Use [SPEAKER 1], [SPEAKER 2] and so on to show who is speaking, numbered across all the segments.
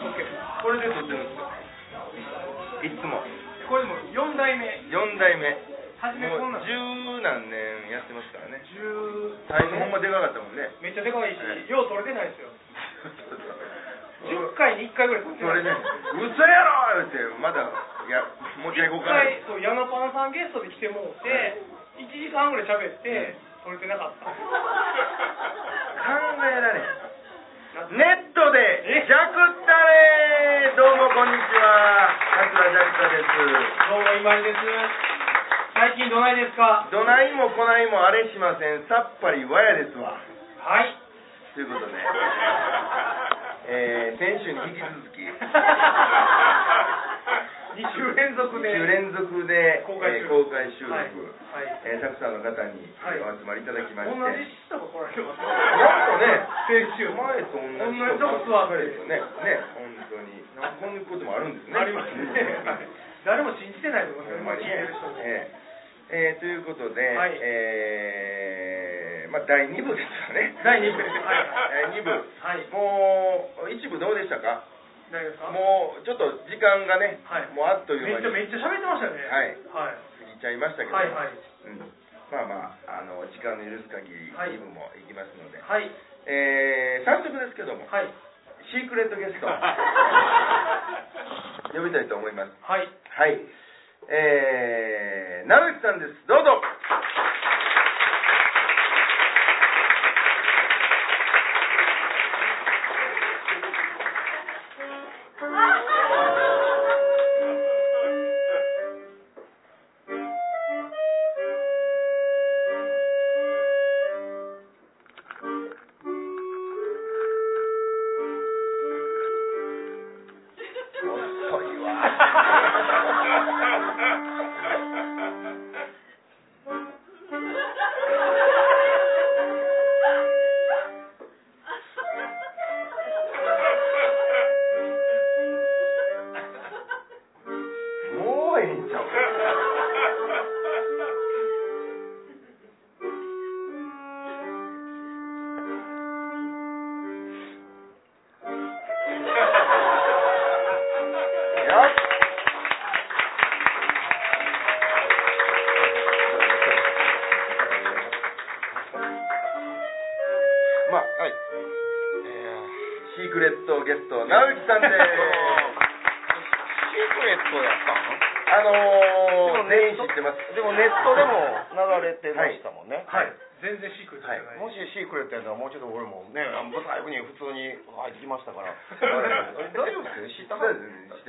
[SPEAKER 1] これで撮ってるんですか
[SPEAKER 2] いつも
[SPEAKER 1] これでも4代目
[SPEAKER 2] 4代目
[SPEAKER 1] 初めこん
[SPEAKER 2] もう
[SPEAKER 1] な
[SPEAKER 2] ん十何年やってますからね
[SPEAKER 1] 10
[SPEAKER 2] 最初ほんまでかかった もんね
[SPEAKER 1] めっちゃでかいし、
[SPEAKER 2] はい
[SPEAKER 1] よう撮れてないですよ10回に1回ぐらい撮って
[SPEAKER 2] それね
[SPEAKER 1] ない
[SPEAKER 2] 嘘やろってまだいやもう一回行こうかな
[SPEAKER 1] 一回そうヤマパンさんゲストで来てもうて、1時間ぐらい喋って、撮れてなかった
[SPEAKER 2] 考えられんネットでジャクタレどうもこんにちは桂ジャクタです
[SPEAKER 1] どうも今井です最近どないですか
[SPEAKER 2] どないもこないもあれしませんさっぱりわやですわ
[SPEAKER 1] はい
[SPEAKER 2] ということで、えー、先週に引き続き
[SPEAKER 1] 2週連続で
[SPEAKER 2] 2週連続で
[SPEAKER 1] 公開
[SPEAKER 2] えー
[SPEAKER 1] 収録
[SPEAKER 2] 公開収録、
[SPEAKER 1] はいはい
[SPEAKER 2] えーたくさんの方に
[SPEAKER 1] はい
[SPEAKER 2] お集まりいただきまして、
[SPEAKER 1] 同じ人が来られてます
[SPEAKER 2] なんかね
[SPEAKER 1] 先週
[SPEAKER 2] 前と同じ
[SPEAKER 1] 同じとこ座って
[SPEAKER 2] ですよねね本当になんかこういうこともあるんですね
[SPEAKER 1] ありま すねはい誰も信じてないと思い
[SPEAKER 2] ほん
[SPEAKER 1] ま
[SPEAKER 2] ますに
[SPEAKER 1] よ聞いてる人も
[SPEAKER 2] えええーということで、
[SPEAKER 1] はい
[SPEAKER 2] えーまあ、第2部ですかね
[SPEAKER 1] 第二部ですはい
[SPEAKER 2] 第二部
[SPEAKER 1] はい
[SPEAKER 2] もう一部どうでしたか
[SPEAKER 1] 大丈夫ですか
[SPEAKER 2] もうちょっと時間がね、
[SPEAKER 1] はい
[SPEAKER 2] もうあっという
[SPEAKER 1] めっち
[SPEAKER 2] 間
[SPEAKER 1] ゃめ
[SPEAKER 2] に
[SPEAKER 1] っちゃ喋ってましたよね
[SPEAKER 2] はい
[SPEAKER 1] はい
[SPEAKER 2] 過ぎちゃいましたけど、
[SPEAKER 1] はいはい
[SPEAKER 2] うん、まあまああの時間の許す限り
[SPEAKER 1] はい
[SPEAKER 2] 2部もいきますので、
[SPEAKER 1] はい
[SPEAKER 2] えー早速ですけども、
[SPEAKER 1] はい
[SPEAKER 2] シークレットゲ スト呼びたいと思います
[SPEAKER 1] はい
[SPEAKER 2] はいえー、直樹さんですどうぞ遅いわもうええんちゃうやっまあはいシークレットゲスト直樹さんです
[SPEAKER 3] シークレットやった
[SPEAKER 2] あ
[SPEAKER 3] ん
[SPEAKER 2] のー、全員知ってます
[SPEAKER 3] でもネットでも流れてましたもんね、
[SPEAKER 2] はい
[SPEAKER 1] 全然シークレットじゃない
[SPEAKER 3] もしシークレットやったらもうちょっと俺もねブサイクに普通に入ってきましたから
[SPEAKER 2] 大
[SPEAKER 3] 大丈夫で
[SPEAKER 2] 知
[SPEAKER 3] すよ知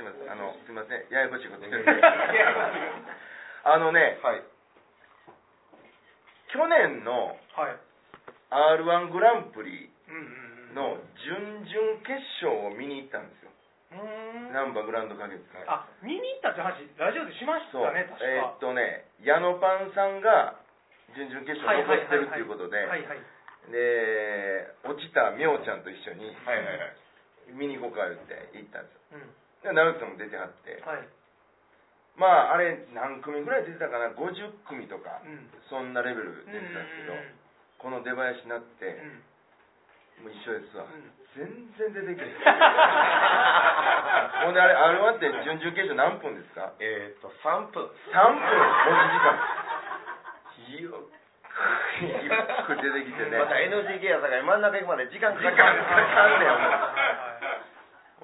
[SPEAKER 2] っ
[SPEAKER 3] ってた
[SPEAKER 2] ます
[SPEAKER 3] は
[SPEAKER 2] 知っ
[SPEAKER 3] ず
[SPEAKER 2] てますあのすいませんややこしいこと言って
[SPEAKER 3] いやいや
[SPEAKER 2] あのね
[SPEAKER 3] はい
[SPEAKER 2] 去年の
[SPEAKER 1] はい
[SPEAKER 2] r 1グランプリ
[SPEAKER 1] うん
[SPEAKER 2] の
[SPEAKER 1] うんうん
[SPEAKER 2] 準々決勝を見に行ったんですよ
[SPEAKER 1] うー
[SPEAKER 2] 難
[SPEAKER 1] ん
[SPEAKER 2] 波グランド花月から
[SPEAKER 1] あ見に行ったって話ラジオでしました
[SPEAKER 2] そう
[SPEAKER 1] ね確か
[SPEAKER 2] えーっとね矢野パンさんが準々決勝残ってるっていうことで
[SPEAKER 1] はいはい
[SPEAKER 2] で落ちたみょうちゃんと一緒に
[SPEAKER 3] はいはいはい
[SPEAKER 2] 見に行こうか言って行ったんです
[SPEAKER 1] うん
[SPEAKER 2] よで直樹さんも出てはって
[SPEAKER 1] はい
[SPEAKER 2] まああれ何組ぐらい出てたかな50組とか
[SPEAKER 1] うん
[SPEAKER 2] そんなレベル出てたんですけどこの出囃子になって
[SPEAKER 1] うん
[SPEAKER 2] もう一緒ですわ
[SPEAKER 1] うん
[SPEAKER 2] 全然出てけへん ほんであれ R1 って準々決勝何分ですか
[SPEAKER 3] えー、っと3分
[SPEAKER 2] 3分持ち時間ゆっく りゆっくり出てきてね
[SPEAKER 3] また NGK やさかい真ん中行くまで時間かかる
[SPEAKER 2] 時間かかんねん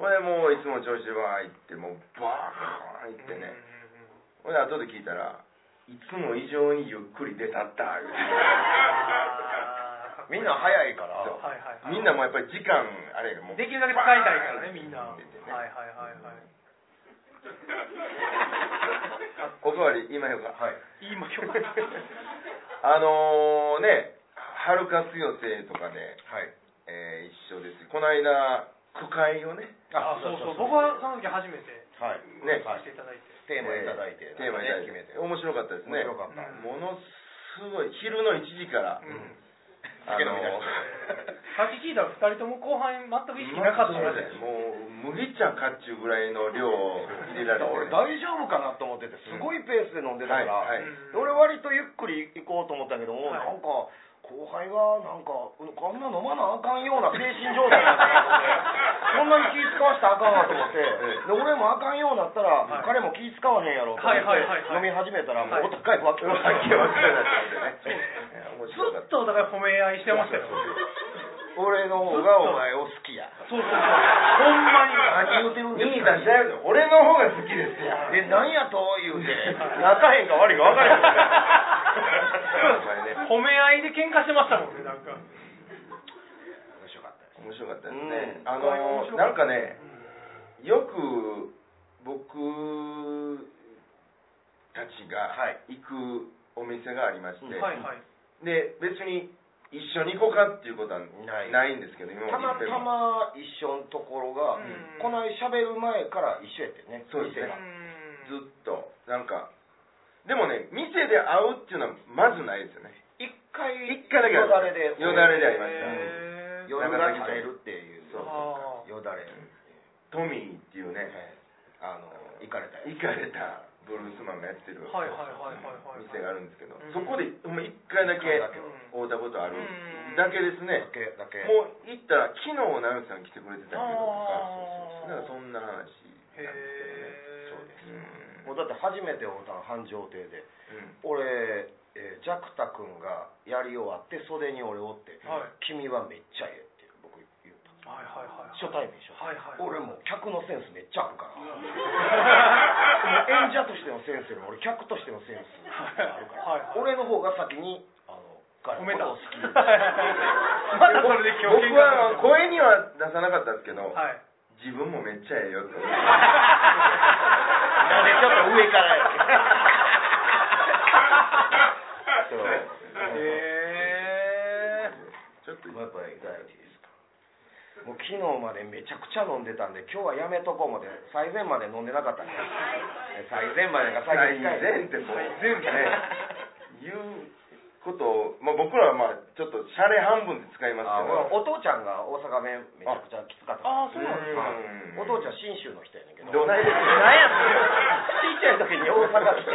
[SPEAKER 2] ほんでもういつも調子でわーいってもうバーンいってねほんで後で聞いたらいつも以上にゆっくり出たった言う
[SPEAKER 1] あー
[SPEAKER 3] みんな早いから
[SPEAKER 2] そう
[SPEAKER 1] はいはいは
[SPEAKER 2] て
[SPEAKER 1] い
[SPEAKER 2] みんなもうやっぱり時間あれやもう
[SPEAKER 1] できるだけ使いたいからねみんな
[SPEAKER 2] バ
[SPEAKER 1] は
[SPEAKER 2] ーン
[SPEAKER 1] い
[SPEAKER 2] って出てね
[SPEAKER 1] はいはいはい
[SPEAKER 2] おかわり言いましょうか
[SPEAKER 3] はい
[SPEAKER 1] 言いましょう
[SPEAKER 2] あのー、ね春活予定とかね、
[SPEAKER 3] はい
[SPEAKER 2] えー一緒ですこの間句会をね
[SPEAKER 1] あそうそう僕はその時初めて
[SPEAKER 3] はい
[SPEAKER 2] ね
[SPEAKER 1] さ
[SPEAKER 3] はい
[SPEAKER 1] せていただいて
[SPEAKER 3] テーマいただいて、
[SPEAKER 2] えーテーマいただいて
[SPEAKER 3] 決めて
[SPEAKER 2] 面白かったですね
[SPEAKER 3] 面白かった、
[SPEAKER 1] うん
[SPEAKER 2] ものすごい昼の1時から、
[SPEAKER 1] うん
[SPEAKER 2] あ
[SPEAKER 3] 酒飲
[SPEAKER 2] の
[SPEAKER 3] み出して
[SPEAKER 1] さっき聞いたら2人とも後半全く意識なかったらしいです
[SPEAKER 2] もう麦茶かっちゅうぐらいの量を入れられて
[SPEAKER 3] 俺大丈夫かなと思っててすごいペースで飲んでたから、
[SPEAKER 2] はいはい
[SPEAKER 3] で俺割とゆっくり行こうと思ったけども、
[SPEAKER 1] はい
[SPEAKER 3] なんかこ後輩がなんかこんな飲まなあかんような精神状態に なってそん なに気使わしたらあかんわと思って
[SPEAKER 2] ええ
[SPEAKER 3] で俺もあかんようになったら、
[SPEAKER 1] はい
[SPEAKER 3] 彼も気使わへんやろと思って、
[SPEAKER 1] はいはいはいはい
[SPEAKER 3] 飲み始めたらもうお高いわけ
[SPEAKER 2] わけわからなくなってね面
[SPEAKER 1] ず
[SPEAKER 2] 白かっ
[SPEAKER 1] っとお互い褒め合いしてま したよ。
[SPEAKER 3] 俺の方がお前を好きや
[SPEAKER 1] そうそうそう。ほんまに。
[SPEAKER 3] 何言うてるん
[SPEAKER 2] た
[SPEAKER 3] です
[SPEAKER 2] 兄
[SPEAKER 3] か
[SPEAKER 2] さんちゃうよ俺の方が好きですよ
[SPEAKER 3] え、なんやと言うて、仲へんか悪いか分からへん。
[SPEAKER 2] ね
[SPEAKER 1] 褒め合いで喧嘩してましたもんね、なんか。
[SPEAKER 3] 面白かった
[SPEAKER 2] 面白かったです
[SPEAKER 3] です。
[SPEAKER 2] ね、
[SPEAKER 3] うん
[SPEAKER 2] あ
[SPEAKER 1] 面
[SPEAKER 2] の
[SPEAKER 1] 白か
[SPEAKER 2] なんか
[SPEAKER 1] った
[SPEAKER 2] ねよく僕たちが
[SPEAKER 3] はい
[SPEAKER 2] 行くお店がありまして、
[SPEAKER 3] うん
[SPEAKER 1] はいはい。
[SPEAKER 2] で別に一緒に行こうかっていうことは
[SPEAKER 3] な
[SPEAKER 2] ない
[SPEAKER 3] い
[SPEAKER 2] んですけど今
[SPEAKER 3] たま
[SPEAKER 2] まで一
[SPEAKER 3] た
[SPEAKER 2] 回も
[SPEAKER 3] ま一緒のところが、
[SPEAKER 1] うん
[SPEAKER 3] この喋る前から一緒やってね、
[SPEAKER 2] そうですね
[SPEAKER 3] 店
[SPEAKER 2] ず
[SPEAKER 3] が
[SPEAKER 2] っとなんかでもね店で会うっていうのはまずないですよね
[SPEAKER 3] 一回、
[SPEAKER 2] 一回だけあ
[SPEAKER 3] よ
[SPEAKER 2] る
[SPEAKER 3] だれで、
[SPEAKER 2] よだれでありまし
[SPEAKER 1] へー
[SPEAKER 3] よだれが垂れるっていう、
[SPEAKER 2] そう
[SPEAKER 1] あー
[SPEAKER 3] よだれ、
[SPEAKER 2] たトミーっていうね
[SPEAKER 3] あの、行かれた
[SPEAKER 2] 行
[SPEAKER 3] やつ
[SPEAKER 2] かれたブルースマンがやってる
[SPEAKER 1] はいはいはいはいはい
[SPEAKER 2] 店があるんですけど、
[SPEAKER 1] うん
[SPEAKER 2] そこでほんま一回だけ
[SPEAKER 3] 一回だけ
[SPEAKER 2] 会うたことある
[SPEAKER 1] うん
[SPEAKER 2] だけですね
[SPEAKER 3] だ、け、だけ。
[SPEAKER 2] もう行ったら昨日直美さん来てくれてたけどとか
[SPEAKER 1] あ
[SPEAKER 2] なんかそ
[SPEAKER 1] ー
[SPEAKER 2] んな話なんですけ
[SPEAKER 1] へ
[SPEAKER 2] どね
[SPEAKER 1] え。
[SPEAKER 2] うん
[SPEAKER 3] そうですもうだって初めて会うたの繁盛亭で。
[SPEAKER 2] うん
[SPEAKER 3] 俺、えー、ジャクタ君がやり終わって袖に俺おって、
[SPEAKER 1] はい
[SPEAKER 3] 君はめっちゃええって僕言った
[SPEAKER 1] はいはいはい。
[SPEAKER 3] 初対面でしょ、
[SPEAKER 1] はいはい
[SPEAKER 3] 俺もう客のセンスめっちゃあるからもう演者としてのセンスよりも俺客としてのセンスがあるから、
[SPEAKER 1] はいはい
[SPEAKER 3] 俺の方が先にあの彼
[SPEAKER 1] 褒
[SPEAKER 3] の
[SPEAKER 1] めた。
[SPEAKER 3] ことを好き
[SPEAKER 1] まだそれで今
[SPEAKER 2] 僕
[SPEAKER 1] 日喧嘩
[SPEAKER 2] はあの
[SPEAKER 1] は
[SPEAKER 2] 声には出さなかったんですけど、
[SPEAKER 1] い。
[SPEAKER 2] 自分もめっちゃええよって思って
[SPEAKER 3] なんでちょっと上からやけそう
[SPEAKER 1] へえ。
[SPEAKER 2] ちょっと
[SPEAKER 3] やっぱり大事ですかもう昨日までめちゃくちゃ飲んでたんで今日はやめとこう思って最前まで飲んでなかったんです最前までが
[SPEAKER 2] 最
[SPEAKER 3] 最
[SPEAKER 2] 前
[SPEAKER 3] 前
[SPEAKER 2] って
[SPEAKER 3] 回
[SPEAKER 2] もう
[SPEAKER 1] 最前
[SPEAKER 2] ね言うことを、まあ、僕らはまあちょっとシャレ半分で使います
[SPEAKER 3] あ
[SPEAKER 2] けど
[SPEAKER 3] お父ちゃんが大阪弁めちゃくちゃきつかった
[SPEAKER 1] ああそうなんですか
[SPEAKER 3] うんお父ちゃん信州の人やねんけど
[SPEAKER 2] どないです
[SPEAKER 3] なんやちっちゃい時に大阪来て多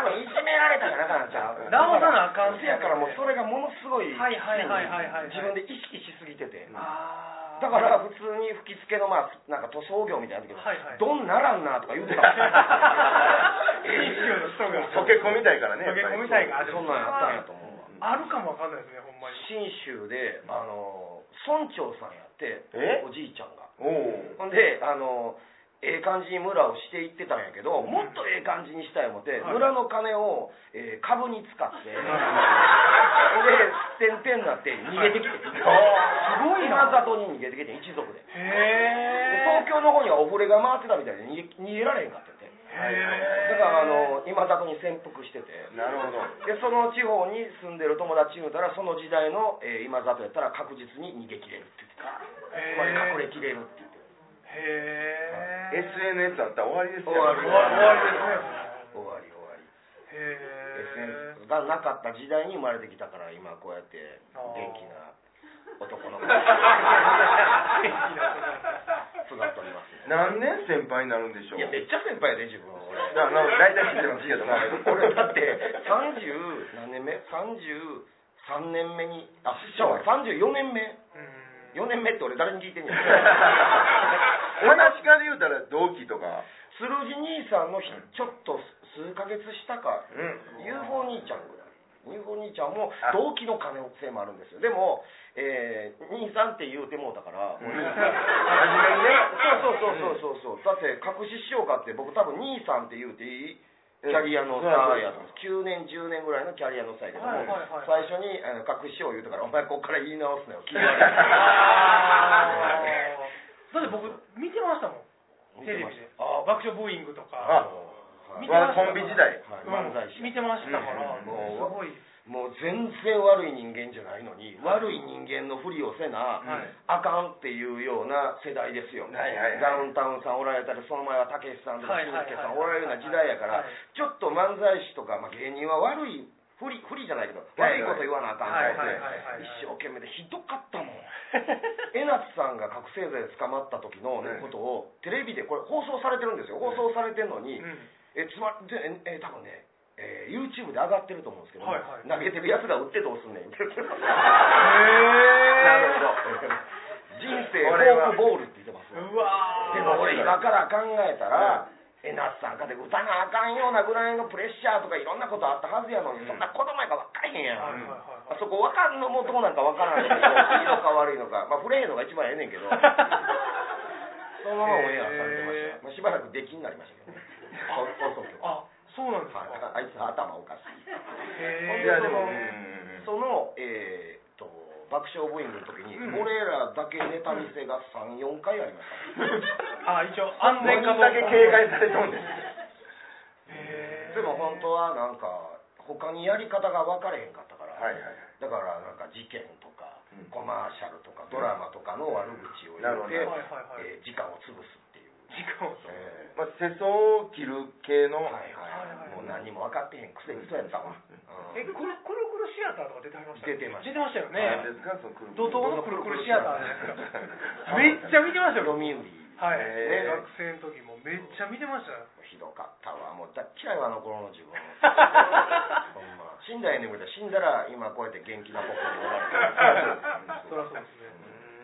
[SPEAKER 3] 分いじめられたからかなちゃう
[SPEAKER 1] 直さなあかん
[SPEAKER 3] せやからもうそれがものすごい
[SPEAKER 1] はいはいはいはいはいはい
[SPEAKER 3] 自分で意識しすぎてて
[SPEAKER 1] ああ。
[SPEAKER 3] だから普通に吹き付けのまあなんか塗装業みたいな時に
[SPEAKER 1] はいはい
[SPEAKER 3] どんならんな」とか言 うてた
[SPEAKER 1] 信州の人が
[SPEAKER 2] 溶け込みたいからねやっぱり
[SPEAKER 1] 溶け込みたいから
[SPEAKER 3] そんなんやったんやと思うわ
[SPEAKER 1] あるかもわかんないですね、ほんまに。
[SPEAKER 3] 信州であの村長さんやって
[SPEAKER 2] え
[SPEAKER 3] おじいちゃんが
[SPEAKER 2] おお
[SPEAKER 3] ほんであのええ感じに村をしていってたんやけどもっとええ感じにしたい思って、
[SPEAKER 1] はい
[SPEAKER 3] 村の金を、えー株に使 って、でてんてんなって逃げ てきて、すごいな里に逃げてきて一族で
[SPEAKER 1] へ
[SPEAKER 3] 東
[SPEAKER 1] え。
[SPEAKER 3] 京の方にはお触れが回ってたみたいで逃げ逃げられへんかったって
[SPEAKER 1] へ
[SPEAKER 3] だからあの今だに潜伏してて
[SPEAKER 2] なるほど
[SPEAKER 3] でその地方に住んでる友達言うたらその時代の、えー今里やったら確実に逃げ切れるって言ってたつまり
[SPEAKER 1] へー
[SPEAKER 3] 隠れきれるって言って
[SPEAKER 1] へえ。
[SPEAKER 2] SNS あったら終わりですよ
[SPEAKER 3] 終わる
[SPEAKER 1] 終わり
[SPEAKER 3] 終わり終わり
[SPEAKER 1] ですね。へえ。
[SPEAKER 3] SNS がなかった時代に生まれてきたから今こうやって
[SPEAKER 1] あー
[SPEAKER 3] 元気な男の子育っておりますね
[SPEAKER 2] 何年先輩になるんでしょう
[SPEAKER 3] いやめっちゃ先輩やで自分俺
[SPEAKER 2] なな大体知ってますけど
[SPEAKER 3] 俺だって30何年目33年目にあっじゃあ34年目
[SPEAKER 1] うん
[SPEAKER 3] 4年目って俺誰に聞い てんねん
[SPEAKER 2] 話から言うたら同期とか
[SPEAKER 3] 鶴路兄さんのひちょっと数ヶ月下か
[SPEAKER 2] うん
[SPEAKER 3] UFO 兄ちゃんぐらい UFO 兄ちゃんも
[SPEAKER 2] あ
[SPEAKER 3] 同期の可能性もあるんですよでも、えー兄さんって言うてもうたか
[SPEAKER 2] う
[SPEAKER 3] ら、
[SPEAKER 2] ん
[SPEAKER 3] そうそうそうそうそうそう、だって隠ししようかって僕多分兄さんって言うていいキャリアの差やと思うんです9年10年ぐらいのキャリアの差やけども、
[SPEAKER 1] はいはいはい
[SPEAKER 3] 最初にあの隠しよう言うたからお前こっから言い直すなよ聞い
[SPEAKER 1] あ
[SPEAKER 3] て
[SPEAKER 1] ーだって僕見てましたもんテレビで
[SPEAKER 3] あ
[SPEAKER 1] 爆笑ブーイングと
[SPEAKER 2] あ
[SPEAKER 1] か
[SPEAKER 3] はい
[SPEAKER 1] 見て
[SPEAKER 2] わコンビ時代
[SPEAKER 3] はい
[SPEAKER 1] うん
[SPEAKER 3] 漫才師
[SPEAKER 1] 見てましたから、
[SPEAKER 2] うん
[SPEAKER 1] もうすごい
[SPEAKER 3] もう全然悪い人間じゃないのに、悪い人間のふりをせな、
[SPEAKER 1] はい
[SPEAKER 3] あかんっていうような世代ですよ、
[SPEAKER 2] はいはいはい
[SPEAKER 3] ダウンタウンさんおられたりその前はたけしさんとか
[SPEAKER 1] は
[SPEAKER 3] し
[SPEAKER 1] い
[SPEAKER 3] ん
[SPEAKER 1] はいはい
[SPEAKER 3] すけさんおられるような時代やから、
[SPEAKER 1] はい
[SPEAKER 3] ちょっと漫才師とか、まあ、芸人は悪いふりふりじゃないけど、
[SPEAKER 2] はいはい
[SPEAKER 3] 悪いこと言わなあかん
[SPEAKER 1] はい
[SPEAKER 3] と
[SPEAKER 1] はいはい
[SPEAKER 3] 思って
[SPEAKER 1] はいはい
[SPEAKER 3] 一生懸命でひどかったもん えなつさんが覚醒剤で捕まった時の
[SPEAKER 2] うん
[SPEAKER 3] ことを、テレビでこれ放送されてるんですよ放送されてるのに、
[SPEAKER 1] うん
[SPEAKER 3] えつまでええ多分ねええー YouTube で上がってると思うんですけど、
[SPEAKER 1] はいはい
[SPEAKER 3] 投げてるやつが売ってどうす んねんって。なるほど
[SPEAKER 1] へ。
[SPEAKER 3] 人生フォークボールって言ってますわ
[SPEAKER 1] ーうわー
[SPEAKER 3] でも俺今から考えたら、えなつさんかで歌なあかんようなぐらいのプレッシャーとかいろんなことあったはずやのに、そんな子供やから分かんへんやん、
[SPEAKER 1] はいはいはい
[SPEAKER 3] あそこ分かんのもどうなんか分からんけどいいのか悪いのかまあ触れへんのが一番 ええねんけどそのままオンエアされてました、まあ、しばらく出禁になりましたけどね放送局
[SPEAKER 1] あ
[SPEAKER 3] は
[SPEAKER 1] そうなんですか
[SPEAKER 3] いあいつ頭おかしい
[SPEAKER 1] へー
[SPEAKER 2] いやでも、
[SPEAKER 1] う
[SPEAKER 2] うん
[SPEAKER 1] ん
[SPEAKER 3] その、えー、と爆笑ブーイングの時に、
[SPEAKER 1] うん
[SPEAKER 3] 俺らだけネタ見せが34回ありました、
[SPEAKER 1] あ一応安全か
[SPEAKER 2] ど
[SPEAKER 1] ど
[SPEAKER 2] ん
[SPEAKER 1] うか
[SPEAKER 2] だけ警戒されとんねん
[SPEAKER 1] へー
[SPEAKER 3] でも本当はなんか他にやり方が分かれへんかったから、
[SPEAKER 2] はいはいはい
[SPEAKER 3] だからなんか事件とか、
[SPEAKER 2] うん
[SPEAKER 3] コマーシャルとかドラマとかの悪口を言
[SPEAKER 2] なるほ
[SPEAKER 3] っ
[SPEAKER 2] ど
[SPEAKER 3] て、
[SPEAKER 1] はいはいはい
[SPEAKER 3] えー時間を潰すっていう、
[SPEAKER 1] 時間を
[SPEAKER 3] えー
[SPEAKER 2] まあ世相を切る系の、
[SPEAKER 3] はいはい、
[SPEAKER 1] はいはい
[SPEAKER 3] もう何も分かってへんくせにそうやったわ、うん
[SPEAKER 1] えくるくるくるシアターとか出てはりました
[SPEAKER 3] 出てました
[SPEAKER 1] 出てましたよ
[SPEAKER 2] 何
[SPEAKER 1] ね
[SPEAKER 2] ですかその
[SPEAKER 1] 怒
[SPEAKER 2] ど
[SPEAKER 1] 涛のくるくるシアターじゃないですかめっちゃ見てましたよ
[SPEAKER 3] 読売
[SPEAKER 1] はい、
[SPEAKER 2] へー
[SPEAKER 1] ね、学生の時もめっちゃ見てま したよ
[SPEAKER 3] ひどかったわもうだっ嫌いはあの頃の自 分ほんま死んだらええねんけど死んだら今こうやって元気な僕におられてる
[SPEAKER 1] そりゃそうですね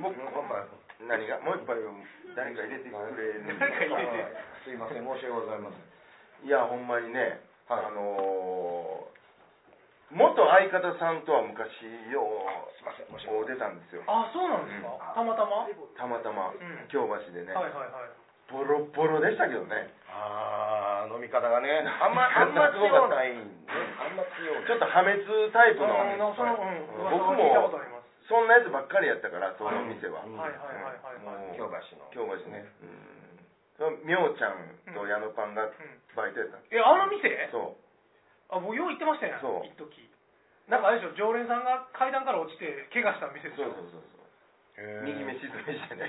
[SPEAKER 3] 僕 ほんま
[SPEAKER 2] 何がもう一杯を誰か入れてくれる
[SPEAKER 1] 誰か入れて
[SPEAKER 3] すいません申し訳ございません
[SPEAKER 2] いやほんまにね、
[SPEAKER 3] は
[SPEAKER 2] あ
[SPEAKER 3] い
[SPEAKER 2] のー、元相方さんとは昔よう
[SPEAKER 3] すいません申し
[SPEAKER 2] こう
[SPEAKER 3] 訳ございません
[SPEAKER 2] 出たんですよ
[SPEAKER 1] あそうなんですか、たまたま、
[SPEAKER 2] たまたま、
[SPEAKER 1] ん
[SPEAKER 2] 京橋でね、
[SPEAKER 1] はいはいはい
[SPEAKER 2] ボロボロでしたけどね
[SPEAKER 3] あー飲み方がね あんまあんま強ないんであんま強い
[SPEAKER 2] ちょっと破滅タイプの、
[SPEAKER 1] うんなんかそのうん
[SPEAKER 2] 僕
[SPEAKER 1] 聞いたことあ
[SPEAKER 2] も
[SPEAKER 1] ります
[SPEAKER 2] そんなやつばっかりやったからその店は、
[SPEAKER 3] うん
[SPEAKER 1] はいはいはいはいはい
[SPEAKER 2] もう
[SPEAKER 3] 京橋の
[SPEAKER 2] 京橋ねうんみょうちゃんと矢野パンがバイトやった、
[SPEAKER 1] えあの店
[SPEAKER 2] そう
[SPEAKER 1] あ僕よう行ってましたよね
[SPEAKER 2] そう
[SPEAKER 1] 一時なんかあれでしょ常連さんが階段から落ちて怪我した店で
[SPEAKER 2] そ
[SPEAKER 1] し
[SPEAKER 2] う
[SPEAKER 1] ょ
[SPEAKER 2] そうそうそう右目
[SPEAKER 3] 飯
[SPEAKER 2] 失明してね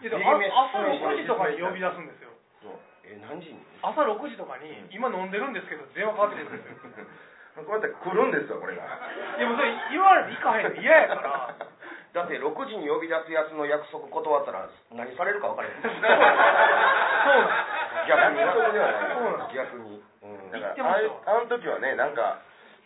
[SPEAKER 1] いやで
[SPEAKER 3] 右
[SPEAKER 1] も
[SPEAKER 3] 目
[SPEAKER 1] あ朝
[SPEAKER 3] 失
[SPEAKER 1] 6
[SPEAKER 3] 礼
[SPEAKER 1] 時とかに呼び出すんですよ
[SPEAKER 2] そう
[SPEAKER 3] え何時に
[SPEAKER 1] 朝6時とかに今飲んでるんですけど電話かかってくるんですよ
[SPEAKER 2] こうやって来るんですわこれが
[SPEAKER 1] いやもうそれ言われて行かへんの嫌やから
[SPEAKER 3] だって6時に呼び出すやつの約束断ったら何されるか分 からへん
[SPEAKER 1] そう
[SPEAKER 3] 逆にな
[SPEAKER 2] 約束ではない
[SPEAKER 1] そうなんです
[SPEAKER 3] 逆に、うん、
[SPEAKER 2] だ
[SPEAKER 3] だ
[SPEAKER 2] か
[SPEAKER 3] か
[SPEAKER 1] 言って
[SPEAKER 3] ら
[SPEAKER 1] ま
[SPEAKER 2] あ
[SPEAKER 1] し
[SPEAKER 2] い
[SPEAKER 1] たわ
[SPEAKER 2] あの時はねなんか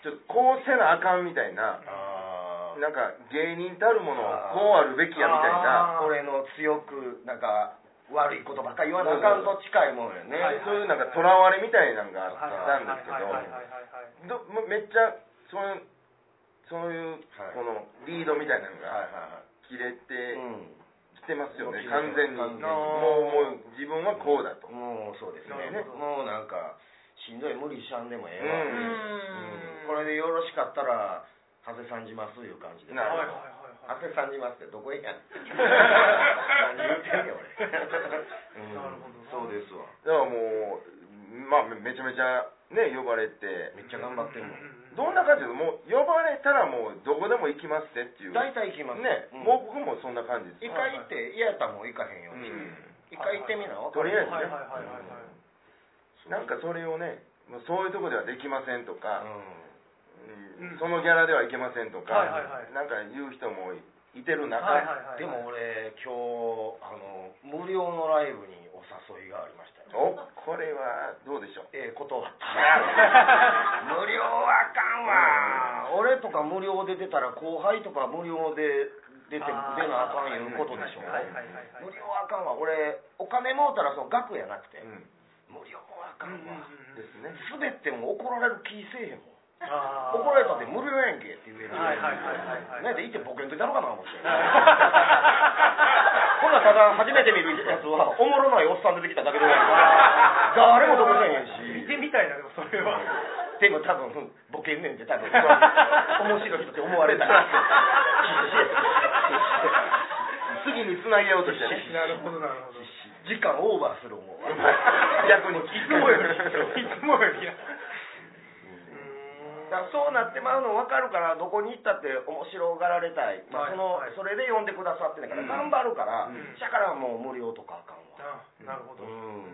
[SPEAKER 2] ちょっとこうせなあかんみたいな
[SPEAKER 3] あ
[SPEAKER 2] なんか芸人たるものこうあるべきやみたいな
[SPEAKER 1] あー
[SPEAKER 3] 俺の強くなんか悪いことばっかり言わなあかんと近いもんよね、
[SPEAKER 1] はい
[SPEAKER 2] そういうなんかとらわれみたいなんが
[SPEAKER 1] は
[SPEAKER 2] あっ
[SPEAKER 1] い
[SPEAKER 2] たんですけ
[SPEAKER 1] は
[SPEAKER 2] ど
[SPEAKER 1] いはいはいはいはい
[SPEAKER 2] どもうめっちゃそういうそういう
[SPEAKER 3] はい
[SPEAKER 2] このリードみたいなの
[SPEAKER 3] はい
[SPEAKER 2] が
[SPEAKER 3] は
[SPEAKER 2] 切れ
[SPEAKER 3] い
[SPEAKER 2] て
[SPEAKER 3] はい、
[SPEAKER 2] きてますよね
[SPEAKER 3] うん
[SPEAKER 2] 完全に
[SPEAKER 3] 完全に
[SPEAKER 2] もうもう自分はこうだと
[SPEAKER 3] もうそうですね
[SPEAKER 1] なるほど
[SPEAKER 3] もうなんかしんどい無理しちゃんでもええ
[SPEAKER 1] う
[SPEAKER 3] わ、
[SPEAKER 1] ーん
[SPEAKER 3] これでよろしかったら「はてさんじます」いう感じで「
[SPEAKER 2] な
[SPEAKER 1] は
[SPEAKER 2] る
[SPEAKER 1] いはいは
[SPEAKER 2] ほど
[SPEAKER 1] い
[SPEAKER 3] は
[SPEAKER 1] はい
[SPEAKER 3] てさんじます」ってどこへやん 何言ってんねん俺、うん
[SPEAKER 1] なるほどな
[SPEAKER 3] そうですわ
[SPEAKER 2] だからもうまあめめちゃめちゃね呼ばれて
[SPEAKER 3] めっちゃ頑張ってんもん
[SPEAKER 2] どんな感じでもう呼ばれたらもうどこでも行きますねっていう
[SPEAKER 3] 大体行きます
[SPEAKER 2] ね、
[SPEAKER 3] うん
[SPEAKER 2] もう僕もそんな感じです
[SPEAKER 3] 一回行って嫌やったらもう行かへんよ、
[SPEAKER 2] うん
[SPEAKER 3] 一回行ってみな分か
[SPEAKER 2] とりあえずね
[SPEAKER 1] はいはいはいはいはい
[SPEAKER 2] なんかそれをねもうそういうとこではできませんと
[SPEAKER 3] う
[SPEAKER 2] か、
[SPEAKER 3] ん
[SPEAKER 2] うん
[SPEAKER 1] うん
[SPEAKER 2] そのギャラではいけませんとか、
[SPEAKER 1] はいはいはい
[SPEAKER 2] なんか言う人もいてる中、
[SPEAKER 1] はいはいはい
[SPEAKER 3] でも俺今日あの無料のライブにお誘いがありましたよ
[SPEAKER 2] おこれはどうでしょう
[SPEAKER 3] ええ断 った無料はあかんわ俺とか無料で出たら後輩とか無料で出て出
[SPEAKER 1] あー
[SPEAKER 3] なあかんいうことでしょ
[SPEAKER 1] はいはいはいはい
[SPEAKER 3] 無料はあかんわ俺お金もうたらその額やなくて、
[SPEAKER 2] うん
[SPEAKER 3] 無料はあかんわ、
[SPEAKER 1] うん
[SPEAKER 2] ですね
[SPEAKER 3] 滑っても怒られる気せえへんもん
[SPEAKER 1] あー
[SPEAKER 3] 怒られたって無料やんけって言える
[SPEAKER 1] はいはいはいはいはい
[SPEAKER 3] ねでいてボケんといたのかな 思って
[SPEAKER 1] は
[SPEAKER 3] ほ
[SPEAKER 1] い
[SPEAKER 3] らただ初めて見るやつはおもろないおっさん出てきただけで終わるから 誰も得せへんし
[SPEAKER 1] 見てみたいなでもそれは
[SPEAKER 3] でも多分ボケんねんって多 分面白い人って思われたら
[SPEAKER 2] 次につなげようとしてね
[SPEAKER 1] なるほどなるほど
[SPEAKER 3] 時間オーバーする思 うわ
[SPEAKER 2] 逆に
[SPEAKER 1] いつもよりいつもよりや
[SPEAKER 3] だからそうなってまうの分かるからどこに行ったって面白がられたい、まあ
[SPEAKER 1] はい
[SPEAKER 3] その
[SPEAKER 1] はい
[SPEAKER 3] それで呼んでくださってんだから
[SPEAKER 2] うん
[SPEAKER 3] 頑張るから、
[SPEAKER 2] うん
[SPEAKER 3] だからもう無料とかあかんわ
[SPEAKER 1] あなるほど
[SPEAKER 3] う
[SPEAKER 1] うん